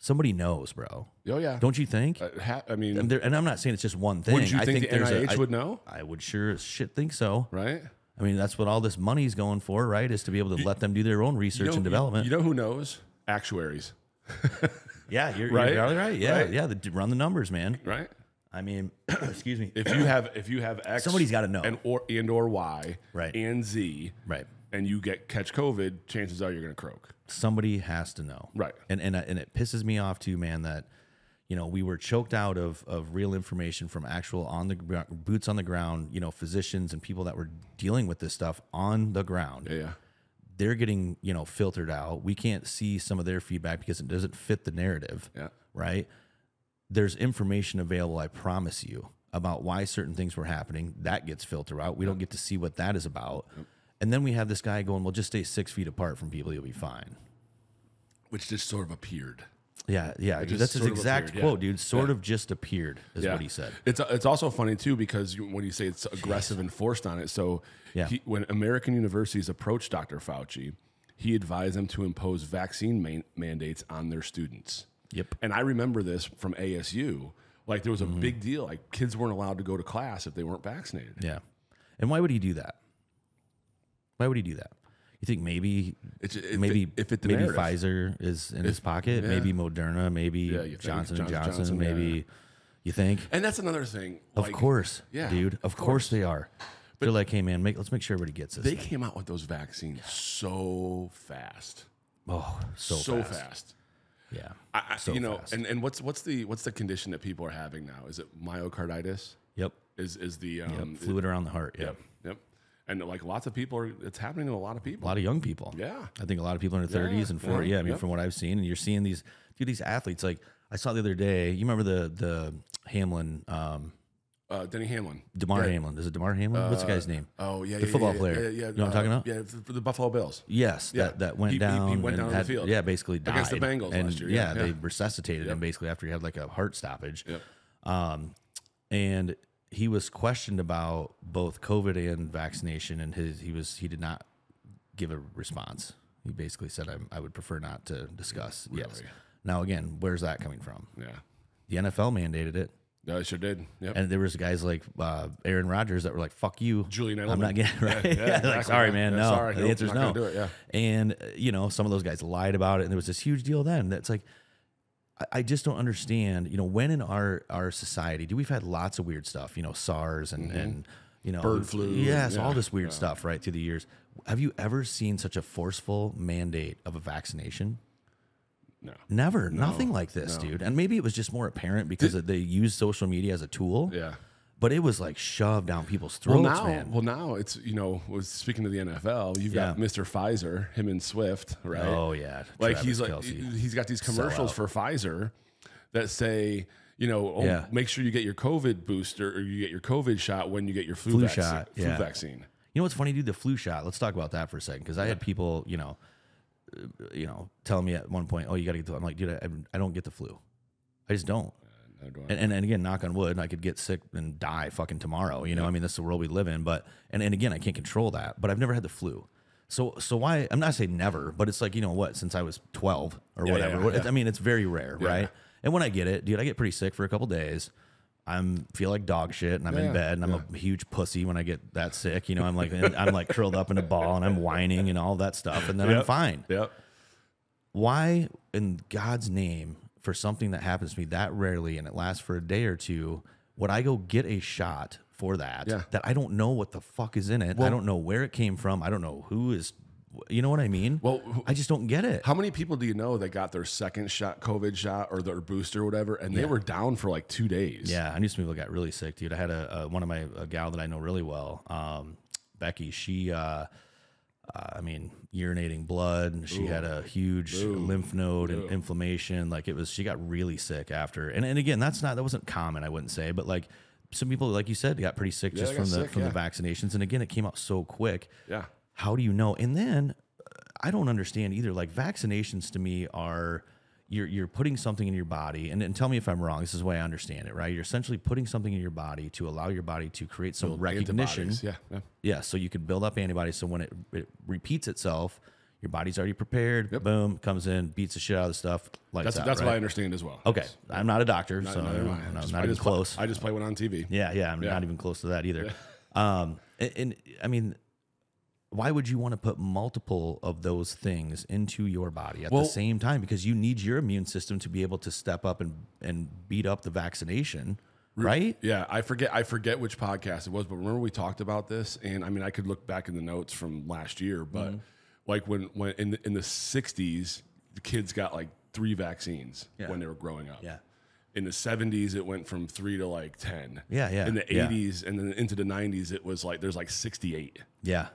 Speaker 1: Somebody knows, bro.
Speaker 2: Oh yeah.
Speaker 1: Don't you think?
Speaker 2: Uh, ha- I mean,
Speaker 1: and, there, and I'm not saying it's just one thing.
Speaker 2: would you
Speaker 1: I
Speaker 2: think, the
Speaker 1: there's a-
Speaker 2: NIH
Speaker 1: I-
Speaker 2: would know?
Speaker 1: I would sure as shit think so.
Speaker 2: Right?
Speaker 1: I mean, that's what all this money's going for, right? Is to be able to let them do their own research
Speaker 2: You know-
Speaker 1: and development.
Speaker 2: You, know who knows? Actuaries, [LAUGHS]
Speaker 1: yeah, you're
Speaker 2: Right?
Speaker 1: right. You're right. Yeah,
Speaker 2: Right.
Speaker 1: yeah. The, run the numbers, man.
Speaker 2: right?
Speaker 1: I mean, [CLEARS THROAT] excuse me.
Speaker 2: If you have if you have X,
Speaker 1: Somebody's gotta know.
Speaker 2: and or and or Y,
Speaker 1: Right.
Speaker 2: and Z,
Speaker 1: right.
Speaker 2: and you get catch COVID, chances are you're gonna croak.
Speaker 1: Somebody has to know,
Speaker 2: Right.
Speaker 1: And and uh, and it pisses me off too, man. That you know we were choked out of of real information from actual on the gr- boots on the ground, you know, physicians and people that were dealing with this stuff on the ground.
Speaker 2: Yeah,
Speaker 1: They're getting you know filtered out. We can't see some of their feedback because it doesn't fit the narrative.
Speaker 2: yeah.
Speaker 1: right? There's information available, I promise you, about why certain things were happening. That gets filtered out. We don't get to see what that is about. And then we have this guy going, well, just stay six feet apart from people, you'll be fine.
Speaker 2: Which just sort of appeared.
Speaker 1: Yeah, yeah. dude,
Speaker 2: just
Speaker 1: that's his
Speaker 2: sort of
Speaker 1: exact
Speaker 2: appeared, yeah.
Speaker 1: quote, dude. Sort of just appeared, is what he said.
Speaker 2: It's it's also funny too because you, when you say it's aggressive and forced on it, so
Speaker 1: Yeah.
Speaker 2: he, when American universities approached Dr. Fauci, he advised them to impose vaccine man- mandates on their students.
Speaker 1: Yep. Mm-hmm.
Speaker 2: And I remember this from ASU. Like there was a big deal. Like kids weren't allowed to go to class if they weren't vaccinated.
Speaker 1: Yeah. And why would he do that? Why would he do that? You think maybe
Speaker 2: It's- it-
Speaker 1: maybe
Speaker 2: it fit the
Speaker 1: maybe
Speaker 2: narrative.
Speaker 1: Pfizer is in his pocket, maybe Moderna, maybe
Speaker 2: you think
Speaker 1: Johnson and
Speaker 2: Johnson-
Speaker 1: Johnson,
Speaker 2: Johnson, yeah.
Speaker 1: maybe you think
Speaker 2: And that's another thing.
Speaker 1: Of course,
Speaker 2: yeah,
Speaker 1: dude. Of, course. they are. They're like, hey man, make, let's make sure everybody gets this.
Speaker 2: they came out with those vaccines so fast,
Speaker 1: oh, so,
Speaker 2: so,
Speaker 1: fast.
Speaker 2: fast.
Speaker 1: Yeah.
Speaker 2: I, I,
Speaker 1: So
Speaker 2: you know,
Speaker 1: fast.
Speaker 2: and, and what's what's the what's the condition that people are having now? Is it myocarditis?
Speaker 1: yep.
Speaker 2: is is the um,
Speaker 1: Fluid around the heart. Yep.
Speaker 2: Yep. Yep. And like lots of people are, it's happening to a lot of
Speaker 1: A
Speaker 2: people.
Speaker 1: lot of young people.
Speaker 2: Yeah.
Speaker 1: I think a lot of people in their 30s and 40s. Yeah. I mean, from what I've seen, and you're seeing these, dude, these athletes. Like I saw the other day. You remember the the Hamlin, um,
Speaker 2: Uh, Denny Hamlin.
Speaker 1: Demar Hamlin? Is it Demar Hamlin? What's the guy's name?
Speaker 2: Oh yeah, the yeah,
Speaker 1: football
Speaker 2: yeah,
Speaker 1: player.
Speaker 2: Yeah, yeah,
Speaker 1: You know what I'm talking about?
Speaker 2: Yeah, for- for the Buffalo Bills.
Speaker 1: Yes,
Speaker 2: Yeah.
Speaker 1: that, that went
Speaker 2: He- he- he
Speaker 1: down.
Speaker 2: went
Speaker 1: and
Speaker 2: down on the
Speaker 1: had-
Speaker 2: field.
Speaker 1: Yeah, basically died
Speaker 2: Against the Bengals
Speaker 1: and
Speaker 2: last year,
Speaker 1: Yeah,
Speaker 2: yeah,
Speaker 1: they
Speaker 2: yeah.
Speaker 1: resuscitated him basically after he had like a heart stoppage.
Speaker 2: Yep.
Speaker 1: Um, and he was questioned about both COVID and vaccination, and his he was he did not give a response. He basically said, I, "I would prefer not to discuss." Yes.
Speaker 2: Really?
Speaker 1: Now again, where's that coming from?
Speaker 2: Yeah.
Speaker 1: The NFL mandated it,
Speaker 2: No, I sure did. Yep.
Speaker 1: and there was guys like uh, Aaron Rodgers that were like, "Fuck you,
Speaker 2: Julian
Speaker 1: I'm
Speaker 2: Edelman.
Speaker 1: not getting right.
Speaker 2: yeah,
Speaker 1: [LAUGHS]
Speaker 2: exactly.
Speaker 1: like, sorry,
Speaker 2: Yeah,
Speaker 1: man.
Speaker 2: yeah,
Speaker 1: no,
Speaker 2: sorry.
Speaker 1: the
Speaker 2: Nope,
Speaker 1: answer's
Speaker 2: not gonna
Speaker 1: no.
Speaker 2: do it, yeah.
Speaker 1: And uh, you know, some of those guys lied about it, and there was this huge deal then. That's like, I, I just don't understand. You know, when in our our society do we've had lots of weird stuff? You know, SARS and and you know
Speaker 2: Mm-hmm. Bird flu,
Speaker 1: Yes, all
Speaker 2: yeah,
Speaker 1: this weird stuff right through the years. Have you ever seen such a forceful mandate of a vaccination?
Speaker 2: no.
Speaker 1: Never, nothing like this, dude. And maybe it was just more apparent because they used social media as a tool.
Speaker 2: Yeah.
Speaker 1: But it was like shoved down people's
Speaker 2: Well
Speaker 1: throats,
Speaker 2: now,
Speaker 1: man.
Speaker 2: well now it's you know was speaking to the NFL. You've got
Speaker 1: Yeah.
Speaker 2: Mr. Pfizer, him and Swift, right?
Speaker 1: Oh yeah,
Speaker 2: like
Speaker 1: Travis
Speaker 2: he's like
Speaker 1: Kelce.
Speaker 2: he's got these commercials for Pfizer that say you know oh,
Speaker 1: Yeah.
Speaker 2: make sure you get your COVID booster or you get your COVID shot when you get your flu,
Speaker 1: Flu
Speaker 2: vaccine,
Speaker 1: shot,
Speaker 2: flu
Speaker 1: yeah.
Speaker 2: vaccine.
Speaker 1: You know what's funny, dude? The flu shot. Let's talk about that for a second, because I had people, you know, uh, you know, telling me at one point, "Oh, you got to get." The, I'm like, dude, I, I don't get the flu. I just don't.
Speaker 2: Neither do I.
Speaker 1: And, and and again, knock on wood, I could get sick and die fucking tomorrow. You know, I mean, that's the world we live in. But and and again, I can't control that. But I've never had the flu. So so why? I'm not saying never, but it's like you know what? Since I was 12 or whatever.
Speaker 2: yeah,
Speaker 1: What-
Speaker 2: yeah.
Speaker 1: I mean, it's very rare, right? And when I get it, dude, I get pretty sick for a couple days. I'm feel like dog shit, and I'm in
Speaker 2: Yeah,
Speaker 1: bed, and I'm a huge pussy when I get that sick. You know, I'm like I'm like curled up in a ball, and I'm whining and all that stuff, and then I'm
Speaker 2: Yep.
Speaker 1: fine.
Speaker 2: Yep.
Speaker 1: why in God's name for something that happens to me that rarely and it lasts for a day or two would I go get a shot for that
Speaker 2: Yeah.
Speaker 1: that I don't know what the fuck is in it I don't know where it came from I don't know who is you know what I mean
Speaker 2: Well,
Speaker 1: I just don't get it
Speaker 2: How many people do you know that got their second shot, COVID shot, or their booster, or whatever, and they were down for like two days?
Speaker 1: Yeah, I knew some people that got really sick, dude. I had a, a one of my a gal that I know really well, um, Becky. She, uh, uh, I mean, urinating blood. She had a huge lymph node and inflammation. Like it was, she got really sick after. And and again, that's not that wasn't common. I wouldn't say, but like some people, like you said, got pretty sick just
Speaker 2: they
Speaker 1: from
Speaker 2: got
Speaker 1: the
Speaker 2: sick,
Speaker 1: from the vaccinations. And again, it came out so quick.
Speaker 2: Yeah.
Speaker 1: How do you know? And then uh, I don't understand either. Like vaccinations to me are you're you're putting something in your body, and, and tell me if I'm wrong. This is the way I understand it, right? You're essentially putting something in your body to allow your body to create some recognition.
Speaker 2: Antibodies, Yeah. yeah.
Speaker 1: Yeah, so you could build up antibodies. So when it, it repeats itself, your body's already prepared. Boom, comes in, beats the shit out of the stuff. Lights
Speaker 2: That's,
Speaker 1: out,
Speaker 2: that's
Speaker 1: right?
Speaker 2: what I understand as well.
Speaker 1: Okay, I'm not a doctor, so
Speaker 2: No,
Speaker 1: I'm
Speaker 2: never
Speaker 1: not,
Speaker 2: mind. I just-
Speaker 1: not
Speaker 2: I
Speaker 1: even
Speaker 2: just play-
Speaker 1: close.
Speaker 2: I just play one on TV.
Speaker 1: Yeah, yeah. I'm not even close to that either. Um, and, and, I mean, why would you want to put multiple of those things into your body at the same time? Because you need your immune system to be able to step up and and beat up the vaccination, right?
Speaker 2: Yeah, I forget I forget which podcast it was, but remember we talked about this, and I mean I could look back in the notes from last year, but like when when in the, in the '60s, the kids got like three vaccines when they were growing up.
Speaker 1: Yeah.
Speaker 2: In the '70s, it went from three to like ten.
Speaker 1: Yeah, yeah,
Speaker 2: In the
Speaker 1: yeah.
Speaker 2: '80s, and then into the '90s, it was like there's like 68.
Speaker 1: Yeah.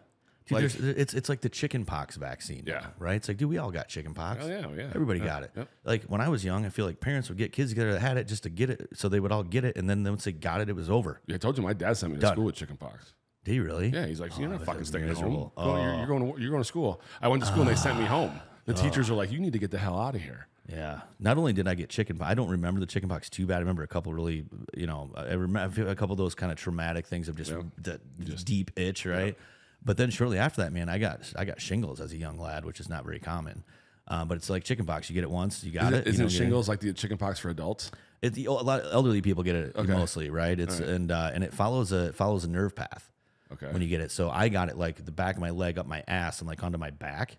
Speaker 1: Dude, there's, it's it's like the chicken pox vaccine. now,
Speaker 2: Yeah.
Speaker 1: right. It's like, dude, we all got chicken pox.
Speaker 2: Oh, yeah, oh, yeah.
Speaker 1: Everybody got it. Like when I was young, I feel like parents would get kids together that had it just to get it, so they would all get it, and then once they got it, it was over.
Speaker 2: Yeah, I told you my dad sent me to school with chickenpox.
Speaker 1: Did you really?
Speaker 2: Yeah, he's like, you're not fucking
Speaker 1: was
Speaker 2: staying at home.
Speaker 1: miserable.
Speaker 2: Go- you're, you're going to, you're going to school. I went to school and they sent me home. The teachers are like, you need to get the hell out of here.
Speaker 1: Yeah. Not only did I get chicken, po- I don't remember the chicken pox too bad. I remember a couple really, you know, I remember a couple of those kind of traumatic things of just that deep itch, right? But then shortly after that, man, I got I got shingles as a young lad, which is not very common. Um, but it's like chicken pox. You get it once, you got it. you
Speaker 2: Isn't
Speaker 1: don't get it.
Speaker 2: shingles like the chickenpox for adults?
Speaker 1: It's a lot of elderly people get it mostly, right? It's and uh, and it follows a it follows a nerve path.
Speaker 2: Okay.
Speaker 1: [LAUGHS] When you get it, so I got it like the back of my leg, up my ass, and like onto my back,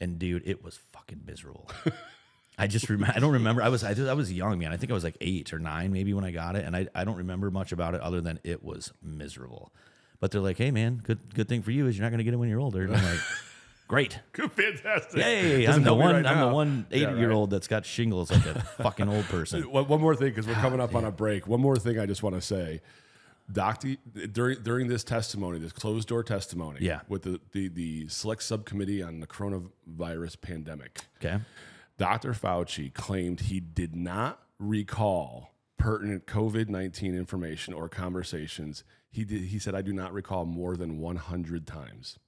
Speaker 1: and dude, it was fucking miserable. I just remember. I don't remember. I was I, just- I was young, man. I think I was like eight or nine maybe when I got it, and I, I don't remember much about it other than it was miserable. But they're like, hey man, good good thing for you is you're not going to get it when you're older. And I'm
Speaker 2: [LAUGHS]
Speaker 1: like, great.
Speaker 2: Fantastic.
Speaker 1: Hey,
Speaker 2: Doesn't
Speaker 1: I'm the
Speaker 2: help me
Speaker 1: one.
Speaker 2: right
Speaker 1: I'm
Speaker 2: now.
Speaker 1: the one
Speaker 2: Yeah,
Speaker 1: eighty
Speaker 2: right.
Speaker 1: year old that's got shingles like a fucking old
Speaker 2: [LAUGHS]
Speaker 1: person.
Speaker 2: One, one more thing, because we're coming up on a break. One more thing I just want to say. Docty, during during this testimony, this closed door testimony,
Speaker 1: Yeah.
Speaker 2: with the, the the select subcommittee on the coronavirus pandemic,
Speaker 1: Okay.
Speaker 2: Dr. Fauci claimed he did not recall pertinent COVID 19 information or conversations. He, did, he said, I do not recall more than 100 times.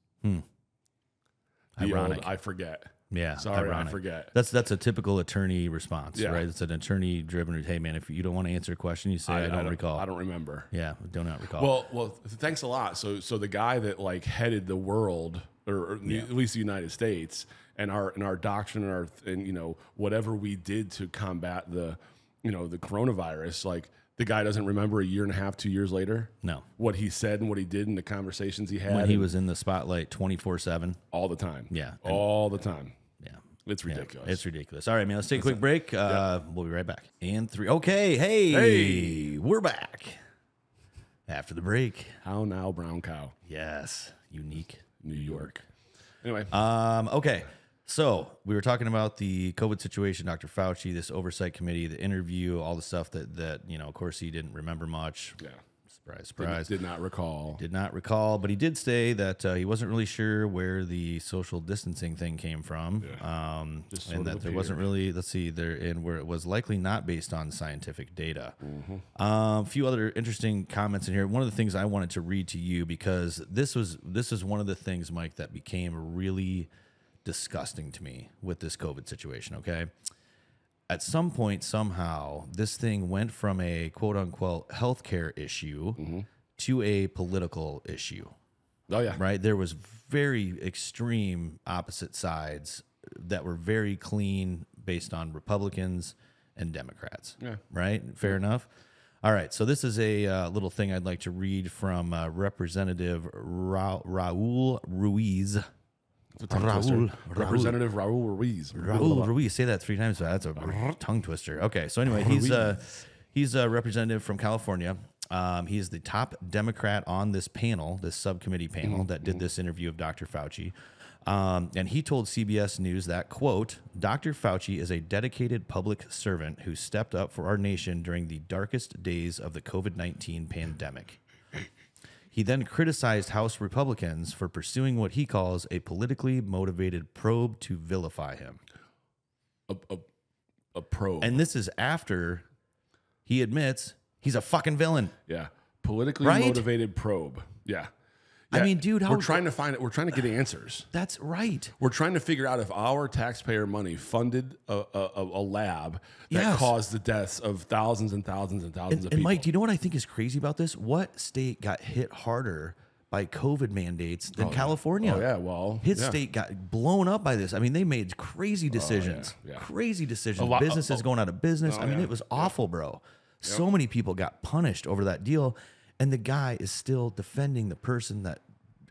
Speaker 2: The old,
Speaker 1: Ironic.
Speaker 2: I forget.
Speaker 1: Yeah,
Speaker 2: Sorry, I
Speaker 1: ironic.
Speaker 2: forget.
Speaker 1: That's that's a typical attorney response,
Speaker 2: Yeah.
Speaker 1: right? It's an attorney driven. Hey, man, if you don't want to answer a question, you say I, don't, recall.
Speaker 2: I don't remember.
Speaker 1: yeah, do not recall.
Speaker 2: Well, well, th- thanks a lot. So, so the guy that like headed the world, or, or the- at least the United States, and our and our doctrine and our and you know whatever we did to combat the, you know, the coronavirus, like the guy doesn't remember a year and a half, two years later,
Speaker 1: no,
Speaker 2: what he said and what he did and the conversations he had
Speaker 1: when he
Speaker 2: and
Speaker 1: was in the spotlight twenty four seven.
Speaker 2: all the time.
Speaker 1: Yeah.
Speaker 2: all the time.
Speaker 1: Yeah,
Speaker 2: It's ridiculous.
Speaker 1: it's ridiculous. All right, man, let's take a quick break. Uh, We'll be right back. And three. Okay, hey,
Speaker 2: Hey.
Speaker 1: we're back after the break.
Speaker 2: How now, brown cow,
Speaker 1: Yes, unique.
Speaker 2: New York. Anyway,
Speaker 1: Um, okay. So we were talking about the COVID situation, Dr. Fauci, this oversight committee, the interview, all the stuff that that you know. Of course, he didn't remember much.
Speaker 2: yeah,
Speaker 1: Surprise, surprise. Did,
Speaker 2: did not recall.
Speaker 1: not recall, but he did say that uh, he wasn't really sure where the social distancing thing came from, um,
Speaker 2: Just
Speaker 1: and
Speaker 2: sort of
Speaker 1: that there wasn't really. Let's see, there and where it was likely not based on scientific data. Um, a few other interesting comments in here. One of the things I wanted to read to you because this was this is one of the things, Mike, that became really disgusting to me with this COVID situation. Okay at some point somehow this thing went from a quote unquote healthcare issue to a political issue
Speaker 2: Oh yeah,
Speaker 1: right there was very extreme opposite sides that were very clean based on republicans and democrats
Speaker 2: Yeah.
Speaker 1: right fair enough all right so this is a uh, little thing i'd like to read from uh, representative Ra- raul ruiz
Speaker 2: It's a tongue twister.
Speaker 1: Raul, Raul.
Speaker 2: Representative Raul Ruiz.
Speaker 1: Raul Ruiz. Say that three times. That's a tongue twister. Okay. So anyway, he's a he's a representative from California. Um, he's the top Democrat on this panel, this subcommittee panel that did this interview of Dr. Fauci. Um, and he told CBS News that quote, Dr. Fauci is a dedicated public servant who stepped up for our nation during the darkest days of the COVID-19 pandemic. He then criticized House Republicans for pursuing what he calls a politically motivated probe to vilify him.
Speaker 2: A, a, a pro.
Speaker 1: And this is after he admits he's a fucking villain.
Speaker 2: yeah. Politically
Speaker 1: Right?
Speaker 2: motivated probe. Yeah.
Speaker 1: I
Speaker 2: Yeah.
Speaker 1: mean, dude, how
Speaker 2: we're trying to find it.
Speaker 1: [SIGHS]
Speaker 2: We're trying to get answers.
Speaker 1: That's right.
Speaker 2: We're trying to figure out if our taxpayer money funded a, a, a a lab that
Speaker 1: Yes.
Speaker 2: caused the deaths of thousands and thousands and thousands of
Speaker 1: And
Speaker 2: people.
Speaker 1: Mike, do you know what I think is crazy about this? What state got hit harder by COVID mandates than California?
Speaker 2: Oh, yeah, well,
Speaker 1: his
Speaker 2: yeah. Oh,
Speaker 1: state got blown up by this. I mean, they made crazy decisions,
Speaker 2: yeah.
Speaker 1: crazy decisions.
Speaker 2: lot- oh,
Speaker 1: Businesses going out of business. I mean,
Speaker 2: yeah.
Speaker 1: it was awful, bro. So many people got punished over that deal, and the guy is still defending the person that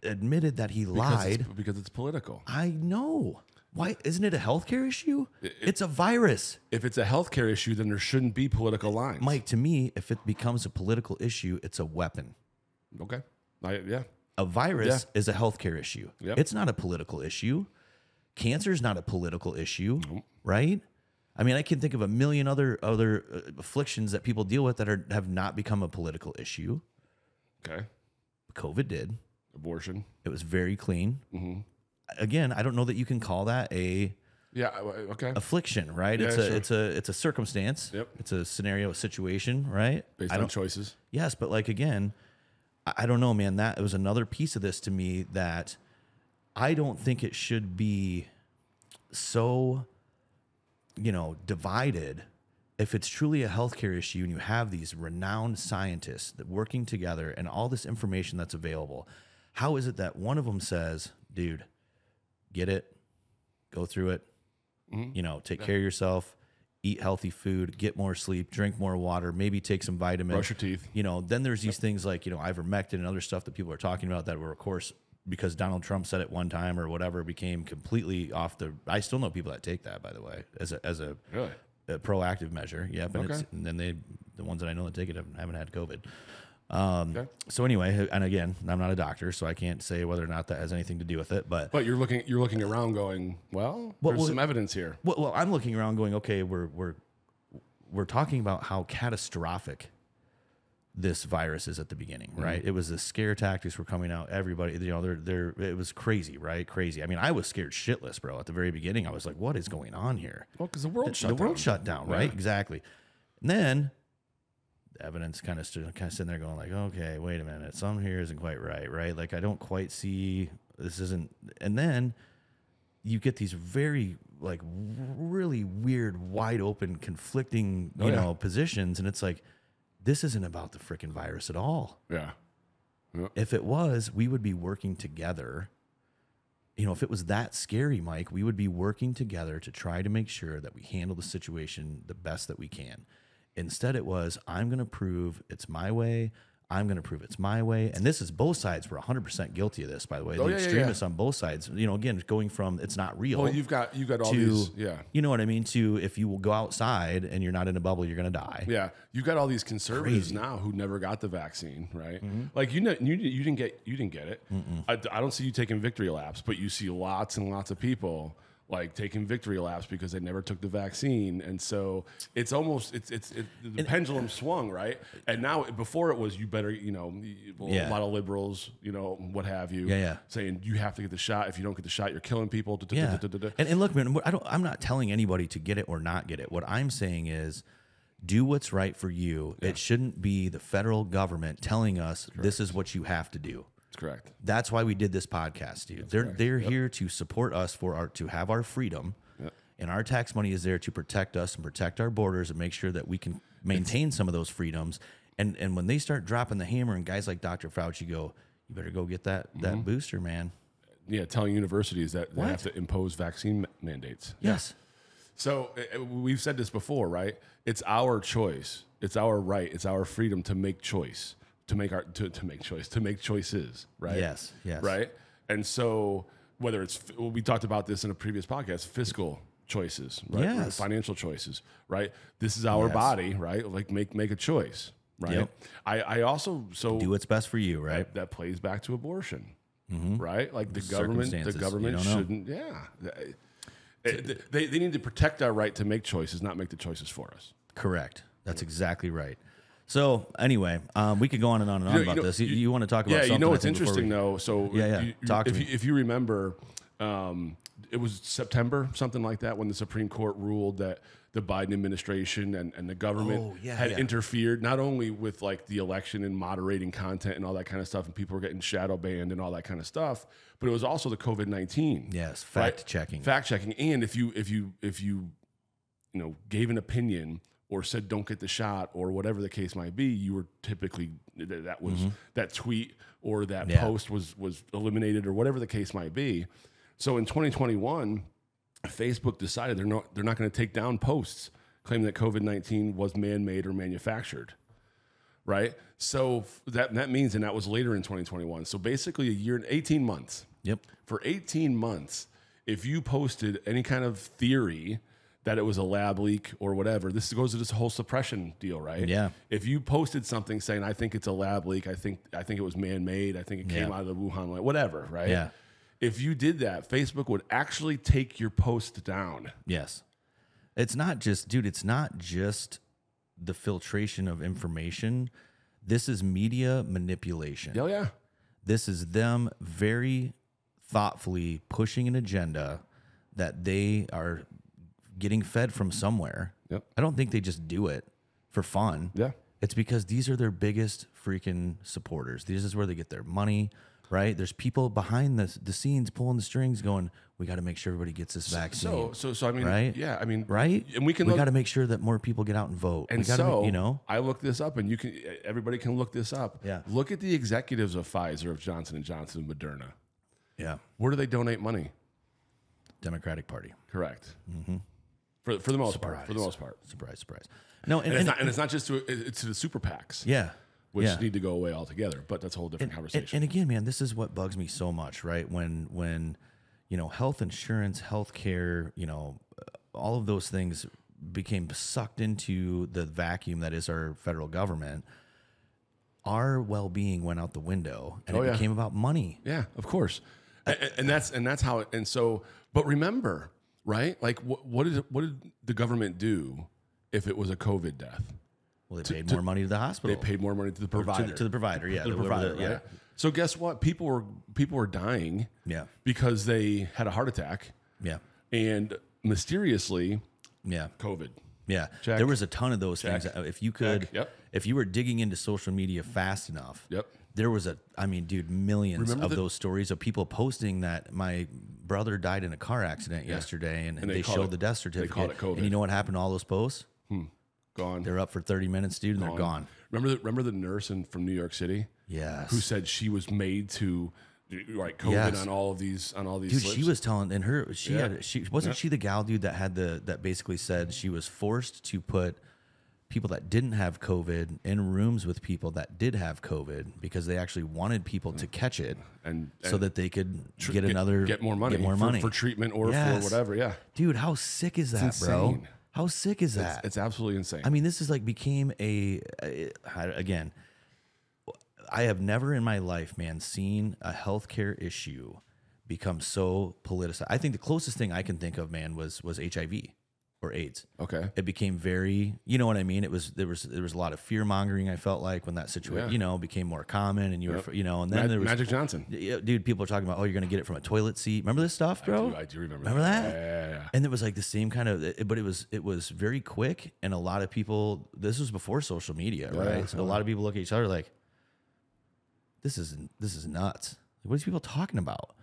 Speaker 1: admitted that he
Speaker 2: because
Speaker 1: lied.
Speaker 2: it's, because it's political.
Speaker 1: I know. Why isn't it a healthcare issue? it's a virus.
Speaker 2: If it's a healthcare issue, then there shouldn't be political lines.
Speaker 1: Mike, to me, if it becomes a political issue, it's a weapon.
Speaker 2: Okay. I, yeah.
Speaker 1: A virus is a healthcare issue.
Speaker 2: Yep.
Speaker 1: It's not a political issue. Cancer is not a political issue, right? I mean, I can think of a million other other uh, afflictions that people deal with that are have not become a political issue.
Speaker 2: Okay.
Speaker 1: COVID did.
Speaker 2: Abortion.
Speaker 1: It was very clean. Again, I don't know that you can call that a
Speaker 2: Yeah. I- I- Okay.
Speaker 1: affliction, right? it's
Speaker 2: Yeah,
Speaker 1: a
Speaker 2: sure.
Speaker 1: it's a it's a circumstance.
Speaker 2: Yep.
Speaker 1: It's a scenario, a situation, right?
Speaker 2: Based
Speaker 1: I
Speaker 2: on
Speaker 1: don't
Speaker 2: choices.
Speaker 1: Yes, but like again, I I don't know, man. That was another piece of this to me that I don't think it should be so, you know, divided. If it's truly a healthcare issue and you have these renowned scientists that working together and all this information that's available, how is it that one of them says, dude, get it, go through it, you know, take care of yourself, eat healthy food, get more sleep, drink more water, maybe take some vitamins
Speaker 2: Brush your teeth.
Speaker 1: you know, then there's these things like, you know, ivermectin and other stuff that people are talking about that were, of course, because Donald Trump said it one time or whatever, became completely off the. I still know people that take that, by the way, as a, as a,
Speaker 2: Really?
Speaker 1: a proactive measure. Yep. And, it's,
Speaker 2: Okay.
Speaker 1: and then they, the ones that I know that take it haven't, haven't had COVID. Um,
Speaker 2: okay.
Speaker 1: So, anyway, and again, I'm not a doctor, so I can't say whether or not that has anything to do with it, but.
Speaker 2: But you're looking you're looking around going, well, there's
Speaker 1: well,
Speaker 2: some evidence here.
Speaker 1: Well, well, I'm looking around, going, okay, we're we're we're talking about how catastrophic this virus is at the beginning, right? It was the scare tactics were coming out. Everybody, you know, they're they're it was crazy, right? Crazy. I mean, I was scared shitless, bro. At the very beginning, I was like, what is going on here?
Speaker 2: Well, because the world shut
Speaker 1: the
Speaker 2: down.
Speaker 1: world shut down, right? Exactly. And then the evidence kind of stood, kind of sitting there going like, okay, wait a minute, something here isn't quite right, right? Like I don't quite see this isn't. And then you get these very like really weird, wide open, conflicting, you
Speaker 2: Oh, yeah.
Speaker 1: know, positions, and it's like this isn't about the freaking virus at all.
Speaker 2: Yeah.
Speaker 1: If it was, we would be working together. You know, if it was that scary, Mike, we would be working together to try to make sure that we handle the situation the best that we can. Instead, it was, I'm going to prove it's my way. I'm going to prove it's my way. And this is both sides were 100% guilty of this, by the way. the
Speaker 2: Oh, yeah, yeah, yeah.
Speaker 1: extremists on both sides, you know, again, going from it's not real
Speaker 2: Well, you've got you've got all
Speaker 1: to,
Speaker 2: these yeah.
Speaker 1: you know what I mean? To if you will go outside and you're not in a bubble, you're going to die.
Speaker 2: Yeah, you got all these conservatives now who never got the vaccine, right?
Speaker 1: Mm-hmm.
Speaker 2: Like you know, you, you didn't get you didn't get it. I, I don't see you taking victory laps, but you see lots and lots of people like taking victory laps because they never took the vaccine, and so it's almost it's it's it, the pendulum swung right. And now before it was you better you know well,
Speaker 1: Yeah.
Speaker 2: a lot of liberals you know what have you
Speaker 1: Yeah, yeah.
Speaker 2: saying you have to get the shot if you don't get the shot you're killing people. da- da- da-
Speaker 1: Yeah.
Speaker 2: da- da- da- da."
Speaker 1: And, and look, man, I don't. I'm not telling anybody to get it or not get it. What I'm saying is, do what's right for you. It shouldn't be the federal government telling us this is what you have to do.
Speaker 2: That's correct.
Speaker 1: That's why we did this podcast, dude. they're they're here to support us for our to have our freedom. And our tax money is there to protect us and protect our borders and make sure that we can maintain some of those freedoms. And and when they start dropping the hammer and guys like Dr. Fauci go, you better go get that that booster, man.
Speaker 2: Yeah, telling universities that they have to impose vaccine ma- mandates.
Speaker 1: Yes.
Speaker 2: So uh, uh, we've said this before, right? It's our choice. It's our right. It's our freedom to make choice, to make our to, to make choice, to make choices, right?
Speaker 1: Yes, yes.
Speaker 2: Right? And so whether it's well, we talked about this in a previous podcast, fiscal choices, right? Or
Speaker 1: Yes.
Speaker 2: Financial choices, right? This is our body, right? Like make make a choice, right?
Speaker 1: Yep.
Speaker 2: I I also so
Speaker 1: Do what's best for you, right?
Speaker 2: that, that plays back to abortion, right? Like the government, the
Speaker 1: Mm-hmm. Circumstances, you
Speaker 2: government
Speaker 1: don't know.
Speaker 2: shouldn't. Yeah, they, they, they need to protect our right to make choices, not make the choices for us.
Speaker 1: Correct. That's exactly right. So anyway, um, we could go on and on and on
Speaker 2: know- you
Speaker 1: about
Speaker 2: know-
Speaker 1: this. You,
Speaker 2: you-
Speaker 1: want to talk about
Speaker 2: Yeah,
Speaker 1: something?
Speaker 2: you know
Speaker 1: I
Speaker 2: what's
Speaker 1: think, before we-
Speaker 2: interesting though. So
Speaker 1: Yeah, yeah.
Speaker 2: You, you-
Speaker 1: Talk to
Speaker 2: if
Speaker 1: me.
Speaker 2: you, if you remember, um, it was September, something like that, when the Supreme Court ruled that the Biden administration and, and the government
Speaker 1: Oh, yeah,
Speaker 2: had
Speaker 1: yeah.
Speaker 2: interfered not only with like the election and moderating content and all that kind of stuff, and people were getting shadow banned and all that kind of stuff, but it was also the COVID nineteen.
Speaker 1: Yes, fact checking.
Speaker 2: fact checking and if you if you if you you know gave an opinion or said don't get the shot or whatever the case might be you were typically th- that was that tweet or that
Speaker 1: Yeah.
Speaker 2: post was was eliminated or whatever the case might be so in 2021 facebook decided they're not they're not going to take down posts claiming that covid-19 was man-made or manufactured right so f- that that means and that was later in 2021 so basically a year and 18 months
Speaker 1: Yep.
Speaker 2: for 18 months, if you posted any kind of theory that it was a lab leak or whatever, this goes to this whole suppression deal, right?
Speaker 1: Yeah.
Speaker 2: If you posted something saying, "I think it's a lab leak," I think I think it was man made, I think it came
Speaker 1: Yeah.
Speaker 2: out of the Wuhan lab, whatever, right?
Speaker 1: Yeah.
Speaker 2: If you did that, Facebook would actually take your post down.
Speaker 1: Yes. It's not just, dude, it's not just the filtration of information. This is media manipulation.
Speaker 2: Oh yeah,
Speaker 1: This is them very thoughtfully pushing an agenda that they are getting fed from somewhere.
Speaker 2: Yep.
Speaker 1: I don't think they just do it for fun.
Speaker 2: yeah.
Speaker 1: It's because these are their biggest freaking supporters. This is where they get their money, right? There's people behind the, the scenes pulling the strings going, we got to make sure everybody gets this vaccine
Speaker 2: So so so I mean,
Speaker 1: Right?
Speaker 2: yeah, I mean,
Speaker 1: right?
Speaker 2: and we can look,
Speaker 1: got to make sure that more people get out and vote.
Speaker 2: And
Speaker 1: we gotta,
Speaker 2: so,
Speaker 1: ma- you know,
Speaker 2: I looked this up, and you can everybody can look this up.
Speaker 1: Yeah.
Speaker 2: Look at the executives of Pfizer, of Johnson and Johnson, Moderna.
Speaker 1: yeah,
Speaker 2: Where do they donate money?
Speaker 1: Democratic Party.
Speaker 2: Correct. For, for the most part. For the most part.
Speaker 1: Mm-hmm. Surprise, surprise. No, and,
Speaker 2: And, it's
Speaker 1: and,
Speaker 2: not, and it's not just to it- it's to the super PACs,
Speaker 1: yeah,
Speaker 2: which
Speaker 1: yeah.
Speaker 2: need to go away altogether. But that's a whole different
Speaker 1: and,
Speaker 2: conversation.
Speaker 1: and again, man, this is what bugs me so much, right? When when you know health insurance, healthcare, you know, uh, all of those things became sucked into the vacuum that is our federal government. Our well being went out the window, and
Speaker 2: Oh,
Speaker 1: it
Speaker 2: yeah.
Speaker 1: became about money.
Speaker 2: yeah, of course.
Speaker 1: Uh,
Speaker 2: And, and that's and that's how. It, and so, but remember, right? Like, what, what did what did the government do if it was a COVID death?
Speaker 1: Well, they paid more money to the hospital,
Speaker 2: They paid more money to the provider.
Speaker 1: to, the, to the provider, yeah,
Speaker 2: the
Speaker 1: whoever the-
Speaker 2: provider,
Speaker 1: yeah,
Speaker 2: right? So guess what? People were people were dying
Speaker 1: yeah,
Speaker 2: because they had a heart attack
Speaker 1: yeah.
Speaker 2: and mysteriously
Speaker 1: Yeah,
Speaker 2: COVID.
Speaker 1: yeah.
Speaker 2: Check.
Speaker 1: There was a ton of those things. Uh, If you could,
Speaker 2: Check. Yep.
Speaker 1: if you were digging into social media fast enough,
Speaker 2: Yep.
Speaker 1: there was a. I mean, dude, millions
Speaker 2: Remember
Speaker 1: of
Speaker 2: the-
Speaker 1: those stories of people posting that my brother died in a car accident yesterday, and,
Speaker 2: they
Speaker 1: they,
Speaker 2: called
Speaker 1: showed
Speaker 2: it-
Speaker 1: the death
Speaker 2: they
Speaker 1: certificate.
Speaker 2: called it COVID.
Speaker 1: And you know what happened to all those posts?
Speaker 2: Gone.
Speaker 1: They're up for thirty minutes, dude, and they're gone.
Speaker 2: Remember the remember the nurse in, from New York City
Speaker 1: Yes.
Speaker 2: who said she was made to like COVID
Speaker 1: Yes.
Speaker 2: on all of these on all these.
Speaker 1: Dude,
Speaker 2: slips?
Speaker 1: she was telling, and her she
Speaker 2: Yeah.
Speaker 1: had she wasn't she the gal dude that had the that basically said she was forced to put people that didn't have COVID in rooms with people that did have COVID because they actually wanted people to catch it
Speaker 2: and, Mm. and
Speaker 1: so that they could get, another
Speaker 2: get more money,
Speaker 1: get more
Speaker 2: for,
Speaker 1: money
Speaker 2: for treatment or
Speaker 1: Yes.
Speaker 2: for whatever. Yeah,
Speaker 1: Dude, how sick is that, bro?
Speaker 2: insane.
Speaker 1: How sick is that?
Speaker 2: it's absolutely insane.
Speaker 1: I mean, this is like became a, a- again. I have never in my life, man, seen a healthcare issue become so politicized. I think the closest thing I can think of, man, was was HIV or AIDS.
Speaker 2: okay,
Speaker 1: It became very, you know what I mean. It was there was there was a lot of fear mongering. I felt like when that situation,
Speaker 2: Yeah.
Speaker 1: you know, became more common, and you were, you know, and then
Speaker 2: Mag-
Speaker 1: there was,
Speaker 2: Magic Johnson.
Speaker 1: Yeah, dude, people are talking about, oh, you're gonna get it from a toilet seat. Remember this stuff, bro?
Speaker 2: Dude, Oh, I do remember.
Speaker 1: Remember that?
Speaker 2: Yeah, yeah, yeah.
Speaker 1: And it was like the same kind of, it- but it was it was very quick, and a lot of people. This was before social media, right? So a lot of people look at each other like, "This is this is nuts. What are these people talking about?"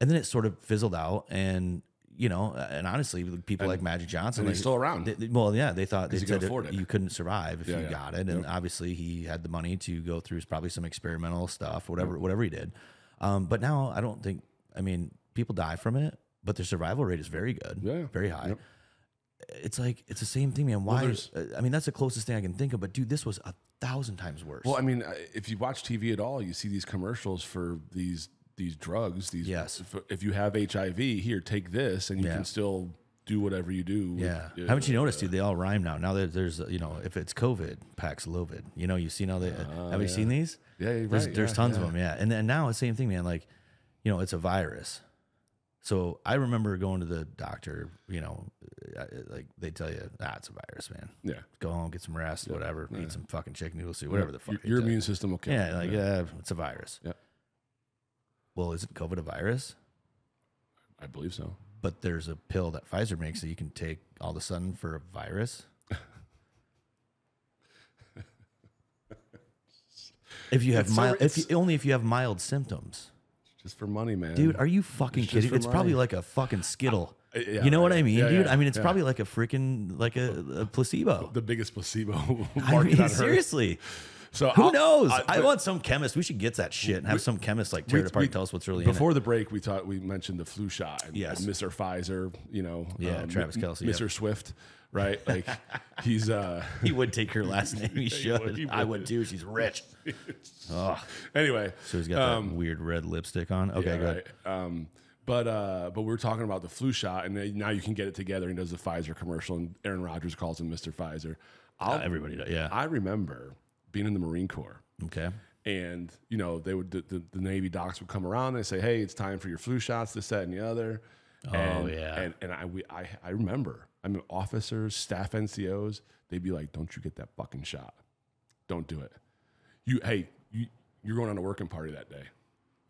Speaker 1: And then it sort of fizzled out, and you know, and honestly, people like Magic Johnson,
Speaker 2: and he's
Speaker 1: like,
Speaker 2: still around.
Speaker 1: they- they- well, yeah, they thought they
Speaker 2: he could
Speaker 1: said
Speaker 2: afford
Speaker 1: it,
Speaker 2: it.
Speaker 1: you couldn't survive if you
Speaker 2: yeah.
Speaker 1: got it, and obviously he had the money to go through probably some experimental stuff, whatever whatever he did. Um, but now I don't think. I mean, people die from it, but their survival rate is very good,
Speaker 2: Yeah.
Speaker 1: very high. It's like it's the same thing, man. Why?
Speaker 2: there's-
Speaker 1: uh, I mean, that's the closest thing I can think of. But dude, this was a thousand times worse.
Speaker 2: Well, I mean, I- if you watch TV at all, you see these commercials for these these drugs. These
Speaker 1: Yes.
Speaker 2: If, if you have HIV, here take this, and you
Speaker 1: Yeah.
Speaker 2: can still do whatever you do. with-
Speaker 1: Yeah. Haven't you noticed, dude? They all rhyme now. Now that there's, you know, if it's COVID, Paxlovid. You know, you've seen all the. uh, have you seen these?
Speaker 2: Ah, Yeah, you're
Speaker 1: There's,
Speaker 2: right,
Speaker 1: there's
Speaker 2: yeah,
Speaker 1: tons of them. Yeah. And then now it's the same thing, man. Like, you know, it's a virus. So I remember going to the doctor. You know, I- like they tell you, ah, it's a virus, man.
Speaker 2: Yeah.
Speaker 1: Go home, get some rest, whatever. Eat some fucking chicken noodle soup, whatever the fuck.
Speaker 2: Your,
Speaker 1: they
Speaker 2: your
Speaker 1: tell you.
Speaker 2: immune system will kill.
Speaker 1: Yeah,
Speaker 2: you.
Speaker 1: like yeah, it's a virus.
Speaker 2: Yeah.
Speaker 1: Well, isn't COVID a virus?
Speaker 2: I believe so.
Speaker 1: But there's a pill that Pfizer makes that you can take all of a sudden for a virus. if you have
Speaker 2: It's so-
Speaker 1: mild, if
Speaker 2: it's-
Speaker 1: you, only if you have mild symptoms,
Speaker 2: Just for money, man.
Speaker 1: dude. Are you fucking
Speaker 2: just
Speaker 1: kidding?
Speaker 2: for
Speaker 1: It's probably
Speaker 2: money.
Speaker 1: like a fucking skittle.
Speaker 2: I- Uh, yeah,
Speaker 1: you know what
Speaker 2: right.
Speaker 1: I mean,
Speaker 2: Yeah,
Speaker 1: dude?
Speaker 2: yeah,
Speaker 1: I mean, it's
Speaker 2: yeah.
Speaker 1: probably like a freaking like a, a placebo.
Speaker 2: the biggest placebo
Speaker 1: [LAUGHS]
Speaker 2: [LAUGHS]
Speaker 1: I
Speaker 2: market
Speaker 1: mean,
Speaker 2: on earth.
Speaker 1: seriously.
Speaker 2: So
Speaker 1: Who
Speaker 2: I'll-
Speaker 1: knows?
Speaker 2: I-
Speaker 1: I, want some chemist. We should get that shit and have some chemist like tear
Speaker 2: we-
Speaker 1: it apart
Speaker 2: we-
Speaker 1: and tell us what's really
Speaker 2: Before the break, we thought we mentioned the flu shot. And
Speaker 1: Yes.
Speaker 2: Mr. Pfizer, you know.
Speaker 1: Yeah,
Speaker 2: um,
Speaker 1: Travis Kelce,
Speaker 2: Mr.
Speaker 1: yeah.
Speaker 2: Swift, right? Like he's uh [LAUGHS]
Speaker 1: in it. [LAUGHS] He would take her last name. He should.
Speaker 2: would, he
Speaker 1: I
Speaker 2: would.
Speaker 1: would too. She's rich. Ugh.
Speaker 2: anyway.
Speaker 1: So he's got that weird red lipstick on. Okay,
Speaker 2: Um, Yeah,
Speaker 1: good.
Speaker 2: right. Um, but uh, but we were talking about the flu shot, and then now you can get it together. And he does the Pfizer commercial, and Aaron Rodgers calls him Mr. Pfizer. I'll,
Speaker 1: Uh, everybody does. Yeah.
Speaker 2: I remember being in the Marine Corps,
Speaker 1: okay.
Speaker 2: and you know they would the, the, the Navy docs would come around. They say, "Hey, it's time for your flu shots, this, that, and the other." Oh and,
Speaker 1: yeah.
Speaker 2: and and I we I, I remember. I mean, officers, staff NCOs, they'd be like, "Don't you get that fucking shot? Don't do it. You hey, you you're going on a working party that day.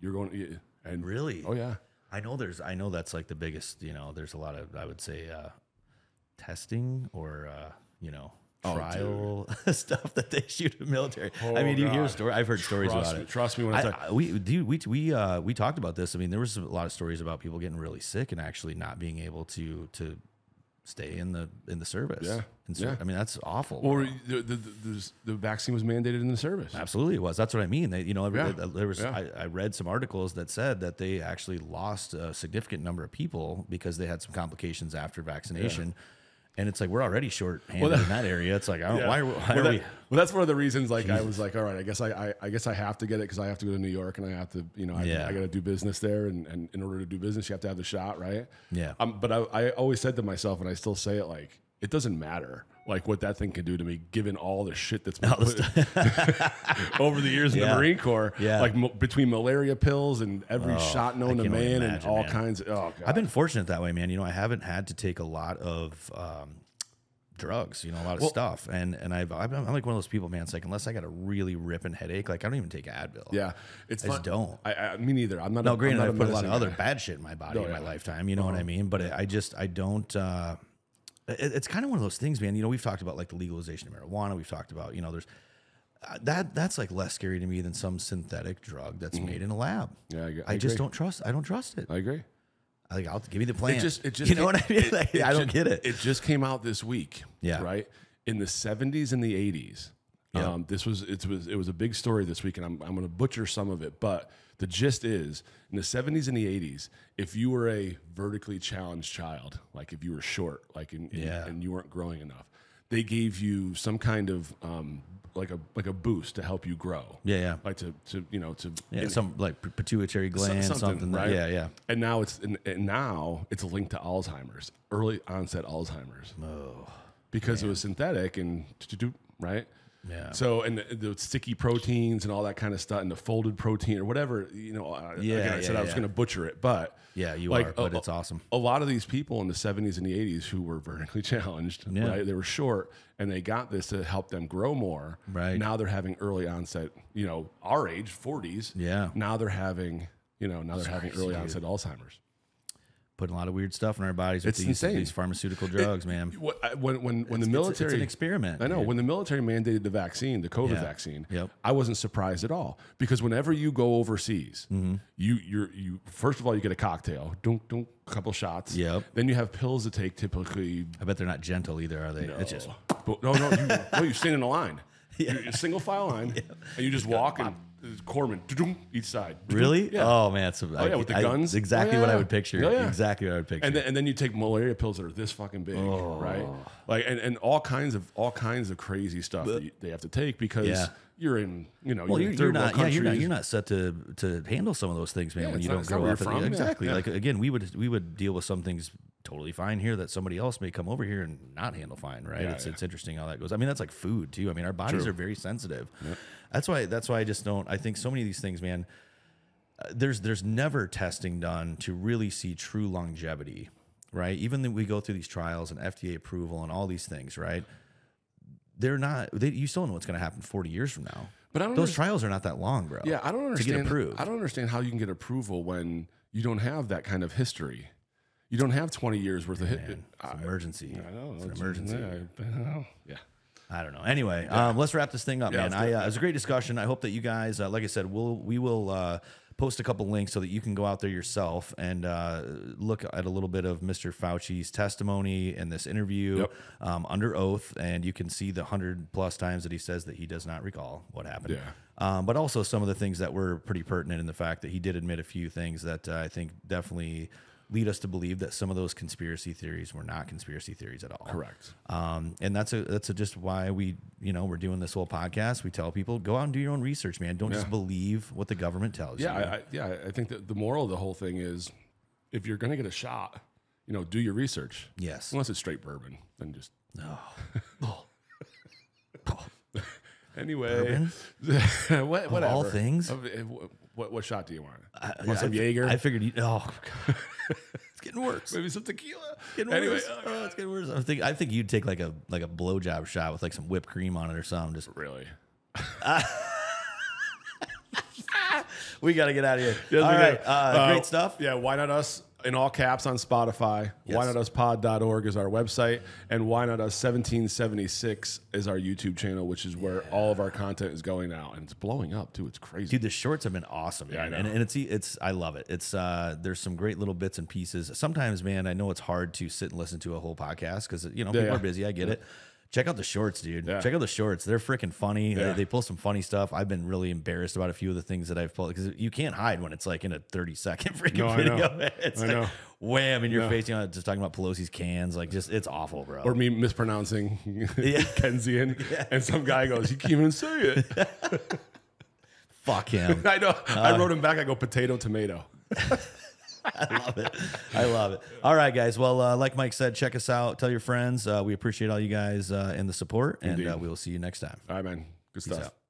Speaker 2: You're going you- and
Speaker 1: Really?
Speaker 2: Oh yeah,
Speaker 1: I know there's I know that's like the biggest, you know, there's a lot of I would say uh testing or uh, you know,
Speaker 2: Oh,
Speaker 1: trial [LAUGHS] stuff that they shoot in the military. I mean, you hear
Speaker 2: God.
Speaker 1: story I've heard stories
Speaker 2: trust
Speaker 1: about
Speaker 2: me,
Speaker 1: it.
Speaker 2: trust me when I,
Speaker 1: I,
Speaker 2: talk.
Speaker 1: I- we dude, we we uh, we talked about this. I mean, there was a lot of stories about people getting really sick and actually not being able to to stay in the in the service.
Speaker 2: Yeah,
Speaker 1: and so,
Speaker 2: yeah.
Speaker 1: I mean that's awful.
Speaker 2: Or the, the, the, the vaccine was mandated in the service.
Speaker 1: Absolutely, it was. That's what I mean. They, you know, every, uh,
Speaker 2: Yeah,
Speaker 1: there was.
Speaker 2: yeah.
Speaker 1: I, I read some articles that said that they actually lost a significant number of people because they had some complications after vaccination. And it's like we're already short handed in that area. It's like I don't,
Speaker 2: [LAUGHS] Yeah.
Speaker 1: why are, we- why
Speaker 2: well,
Speaker 1: are
Speaker 2: that-
Speaker 1: we?
Speaker 2: well, that's one of the reasons. Like, I was like, all right, I guess I, I, I guess I have to get it because I have to go to New York and I have to, you know, I,
Speaker 1: Yeah.
Speaker 2: I got to do business there, and, and in order to do business, you have to have the shot, right?
Speaker 1: Yeah.
Speaker 2: Um, but I, I always said to myself, and I still say it, like, it doesn't matter, like what that thing can do to me, given all the shit that's been put [LAUGHS] over the years in
Speaker 1: Yeah.
Speaker 2: the Marine Corps,
Speaker 1: Yeah. Oh,
Speaker 2: like mo- between malaria pills and every shot known to
Speaker 1: can only
Speaker 2: man and
Speaker 1: imagine,
Speaker 2: all
Speaker 1: man.
Speaker 2: kinds of. Oh God.
Speaker 1: I've been fortunate that way, man. You know, I haven't had to take a lot of um, drugs. You know, a lot of stuff. And and I've, I've I'm like one of those people, man. It's like unless I got a really ripping headache, like I don't even take Advil.
Speaker 2: yeah, it's
Speaker 1: I just
Speaker 2: fun-
Speaker 1: don't.
Speaker 2: I, I, me neither. I'm not.
Speaker 1: No,
Speaker 2: I'm
Speaker 1: granted,
Speaker 2: not
Speaker 1: I've put a lot
Speaker 2: medicine
Speaker 1: of
Speaker 2: guy.
Speaker 1: other bad shit in my body in my
Speaker 2: yeah. Uh-huh.
Speaker 1: lifetime. You know what I mean? But I just, I don't. Uh, it, it's kind of one of those things, man. You know, we've talked about like the legalization of marijuana. We've talked about, you know, there's uh, that. That's like less scary to me than some synthetic drug that's made in a lab.
Speaker 2: Mm-hmm. Yeah, I g-
Speaker 1: I,
Speaker 2: I
Speaker 1: just
Speaker 2: agree.
Speaker 1: don't trust. I don't trust it.
Speaker 2: I agree.
Speaker 1: I like, I'll give me the plan.
Speaker 2: It just, it just,
Speaker 1: you know what I mean? [LAUGHS]
Speaker 2: it-
Speaker 1: Like,
Speaker 2: it
Speaker 1: I don't
Speaker 2: ju-
Speaker 1: get it.
Speaker 2: It just came out this week.
Speaker 1: Yeah.
Speaker 2: Right. In the seventies and the eighties.
Speaker 1: Yeah.
Speaker 2: Um, this was it was it was a big story this week, and I'm I'm going to butcher some of it, but the gist is in the seventies and the eighties, if you were a vertically challenged child, like if you were short, like in, in-
Speaker 1: Yeah.
Speaker 2: and you weren't growing enough, they gave you some kind of um, like a like a boost to help you grow.
Speaker 1: yeah, yeah,
Speaker 2: Like to to you know to
Speaker 1: yeah. Some like p- pituitary gland, something. that-
Speaker 2: right?
Speaker 1: Yeah, yeah.
Speaker 2: And now it's and, and now it's linked to Alzheimer's, early onset Alzheimer's,
Speaker 1: Oh,
Speaker 2: because it was synthetic and do-do-do, right.
Speaker 1: Yeah.
Speaker 2: So and the, the sticky proteins and all that kind of stuff, and the folded protein or whatever, you know. I-
Speaker 1: Yeah,
Speaker 2: again, I said
Speaker 1: yeah,
Speaker 2: I was
Speaker 1: yeah.
Speaker 2: going to butcher it, but
Speaker 1: yeah. You
Speaker 2: Like,
Speaker 1: are, but
Speaker 2: uh,
Speaker 1: it's awesome.
Speaker 2: a lot of these people in the 70s and the 80s who were vertically [LAUGHS] challenged,
Speaker 1: Yeah.
Speaker 2: right? They were short and they got this to help them grow more.
Speaker 1: Right.
Speaker 2: Now they're having early onset, you know, our age, 40s.
Speaker 1: Yeah.
Speaker 2: Now they're having, you know, now they're having early onset Alzheimer's.
Speaker 1: Putting a lot of weird stuff in our bodies with
Speaker 2: It's
Speaker 1: these,
Speaker 2: insane.
Speaker 1: these pharmaceutical drugs, man.
Speaker 2: What, I- when when, when the
Speaker 1: It's-
Speaker 2: military
Speaker 1: it's, an experiment.
Speaker 2: I know
Speaker 1: dude.
Speaker 2: when the military mandated the vaccine, the COVID
Speaker 1: Yeah.
Speaker 2: vaccine.
Speaker 1: Yep.
Speaker 2: I wasn't surprised at all because whenever you go overseas,
Speaker 1: Mm-hmm.
Speaker 2: you you're you first of all you get a cocktail, don't don't couple shots.
Speaker 1: Yep.
Speaker 2: Then you have pills to take, typically
Speaker 1: I bet they're not gentle either, are they? It's just
Speaker 2: [LAUGHS]
Speaker 1: [LAUGHS]
Speaker 2: But- no, no, you, no, you stand in a line. You- You single file line, and you just walk and There's Corman each side.
Speaker 1: Really?
Speaker 2: Yeah.
Speaker 1: Oh man, it's
Speaker 2: yeah, with the guns.
Speaker 1: exactly
Speaker 2: Oh,
Speaker 1: what I
Speaker 2: yeah.
Speaker 1: would picture.
Speaker 2: Oh, yeah.
Speaker 1: Exactly what I Oh. would picture.
Speaker 2: and then, and then you take malaria pills that are this fucking big, right? Like and, and all kinds of all kinds of crazy stuff that you, they have to take because
Speaker 1: Yeah.
Speaker 2: you're in you know
Speaker 1: well,
Speaker 2: you're,
Speaker 1: you're, you're
Speaker 2: in third world
Speaker 1: not. Yeah, you're not.
Speaker 2: countries.
Speaker 1: You're not set to to handle some of those things, man.
Speaker 2: Yeah,
Speaker 1: when
Speaker 2: it's
Speaker 1: you
Speaker 2: not-
Speaker 1: don't
Speaker 2: it's not
Speaker 1: grow
Speaker 2: where
Speaker 1: up,
Speaker 2: you're
Speaker 1: in-
Speaker 2: from, yeah,
Speaker 1: exactly.
Speaker 2: yeah.
Speaker 1: Like again, we would we would deal with some things totally fine here that somebody else may come over here and not handle fine, right? it's it's interesting how that goes. I mean, that's like food too. I mean, our bodies are very sensitive. That's why. That's why I just don't. I think so many of these things, man. uh, there's there's never testing done to really see true longevity, right? Even though we go through these trials and FDA approval and all these things, right? They're not. They, you still know what's going to happen 40 years from now.
Speaker 2: But I don't
Speaker 1: those
Speaker 2: underst-
Speaker 1: trials are not that long, bro.
Speaker 2: Yeah, I don't understand.
Speaker 1: To get approved,
Speaker 2: I don't understand how you can get approval when you don't have that kind of history. You don't have 20 years worth of hit.
Speaker 1: Man, it's an emergency.
Speaker 2: I know,
Speaker 1: it's an emergency.
Speaker 2: Yeah. yeah.
Speaker 1: I don't know. Anyway, um, let's wrap this thing up, man.
Speaker 2: let's do
Speaker 1: I, uh, it was a great discussion. I hope that you guys, uh, like I said, we'll we will uh, post a couple links so that you can go out there yourself and uh, look at a little bit of Mr. Fauci's testimony and this interview
Speaker 2: Yep.
Speaker 1: um, under oath, and you can see the hundred plus times that he says that he does not recall what happened.
Speaker 2: Yeah.
Speaker 1: Um, but also some of the things that were pretty pertinent in the fact that he did admit a few things that uh, I think definitely lead us to believe that some of those conspiracy theories were not conspiracy theories at all.
Speaker 2: Correct.
Speaker 1: Um, and that's a that's a just why we you know we're doing this whole podcast. We tell people go out and do your own research, man. Don't just believe what the government tells
Speaker 2: Yeah.
Speaker 1: you.
Speaker 2: I, I, yeah. I think that the moral of the whole thing is if you're going to get a shot, you know, do your research.
Speaker 1: Yes.
Speaker 2: Unless it's straight bourbon, then just. No. [LAUGHS] anyway. [LAUGHS] what, whatever.
Speaker 1: all things?
Speaker 2: Of- eh, wh- What, what shot do you want? want some Jaeger?
Speaker 1: I figured. You, oh, [LAUGHS] God. it's getting worse.
Speaker 2: Maybe some tequila?
Speaker 1: Getting
Speaker 2: anyway,
Speaker 1: worse.
Speaker 2: oh,
Speaker 1: Oh, it's getting worse. I think I think you'd take like a like a blowjob shot with like some whipped cream on it or something. Just
Speaker 2: really?
Speaker 1: we got to get out of here.
Speaker 2: Yes,
Speaker 1: all
Speaker 2: we do.
Speaker 1: right, uh, great stuff.
Speaker 2: Yeah, why not us in all caps on Spotify?
Speaker 1: Yes.
Speaker 2: Why not us pod.org is our website, and why not us 1776 is our YouTube channel, which is where all of our content is going now, and it's blowing up too. It's crazy.
Speaker 1: Dude, the shorts have been awesome, man.
Speaker 2: I know.
Speaker 1: And, and it's e, it's I love it. It's uh there's some great little bits and pieces. Sometimes, man, I know it's hard to sit and listen to a whole podcast because you know people
Speaker 2: yeah.
Speaker 1: are busy. I get it. Check out the shorts, dude.
Speaker 2: Yeah.
Speaker 1: Check out the shorts. They're freaking funny. They-
Speaker 2: Yeah.
Speaker 1: They, pull some funny stuff. I've been really embarrassed about a few of the things that I've pulled because you can't hide when it's like in a 30 second [LAUGHS] freaking
Speaker 2: No, I
Speaker 1: video.
Speaker 2: know.
Speaker 1: It's
Speaker 2: I
Speaker 1: like
Speaker 2: know.
Speaker 1: wham in your face. You know, just talking about Pelosi's cans. Like, just it's awful, bro.
Speaker 2: or me mispronouncing [LAUGHS] Kenzian,
Speaker 1: [LAUGHS]
Speaker 2: and some guy goes, "You can't even say it." [LAUGHS]
Speaker 1: Fuck him.
Speaker 2: I know.
Speaker 1: Uh,
Speaker 2: I wrote him back. I go, "Potato, tomato."
Speaker 1: I love it. I love it. All right, guys. Well, uh, like Mike said, check us out. Tell your friends. Uh, we appreciate all you guys uh, and the support, and uh, we will see you next time.
Speaker 2: All right, man. Good stuff.
Speaker 1: out.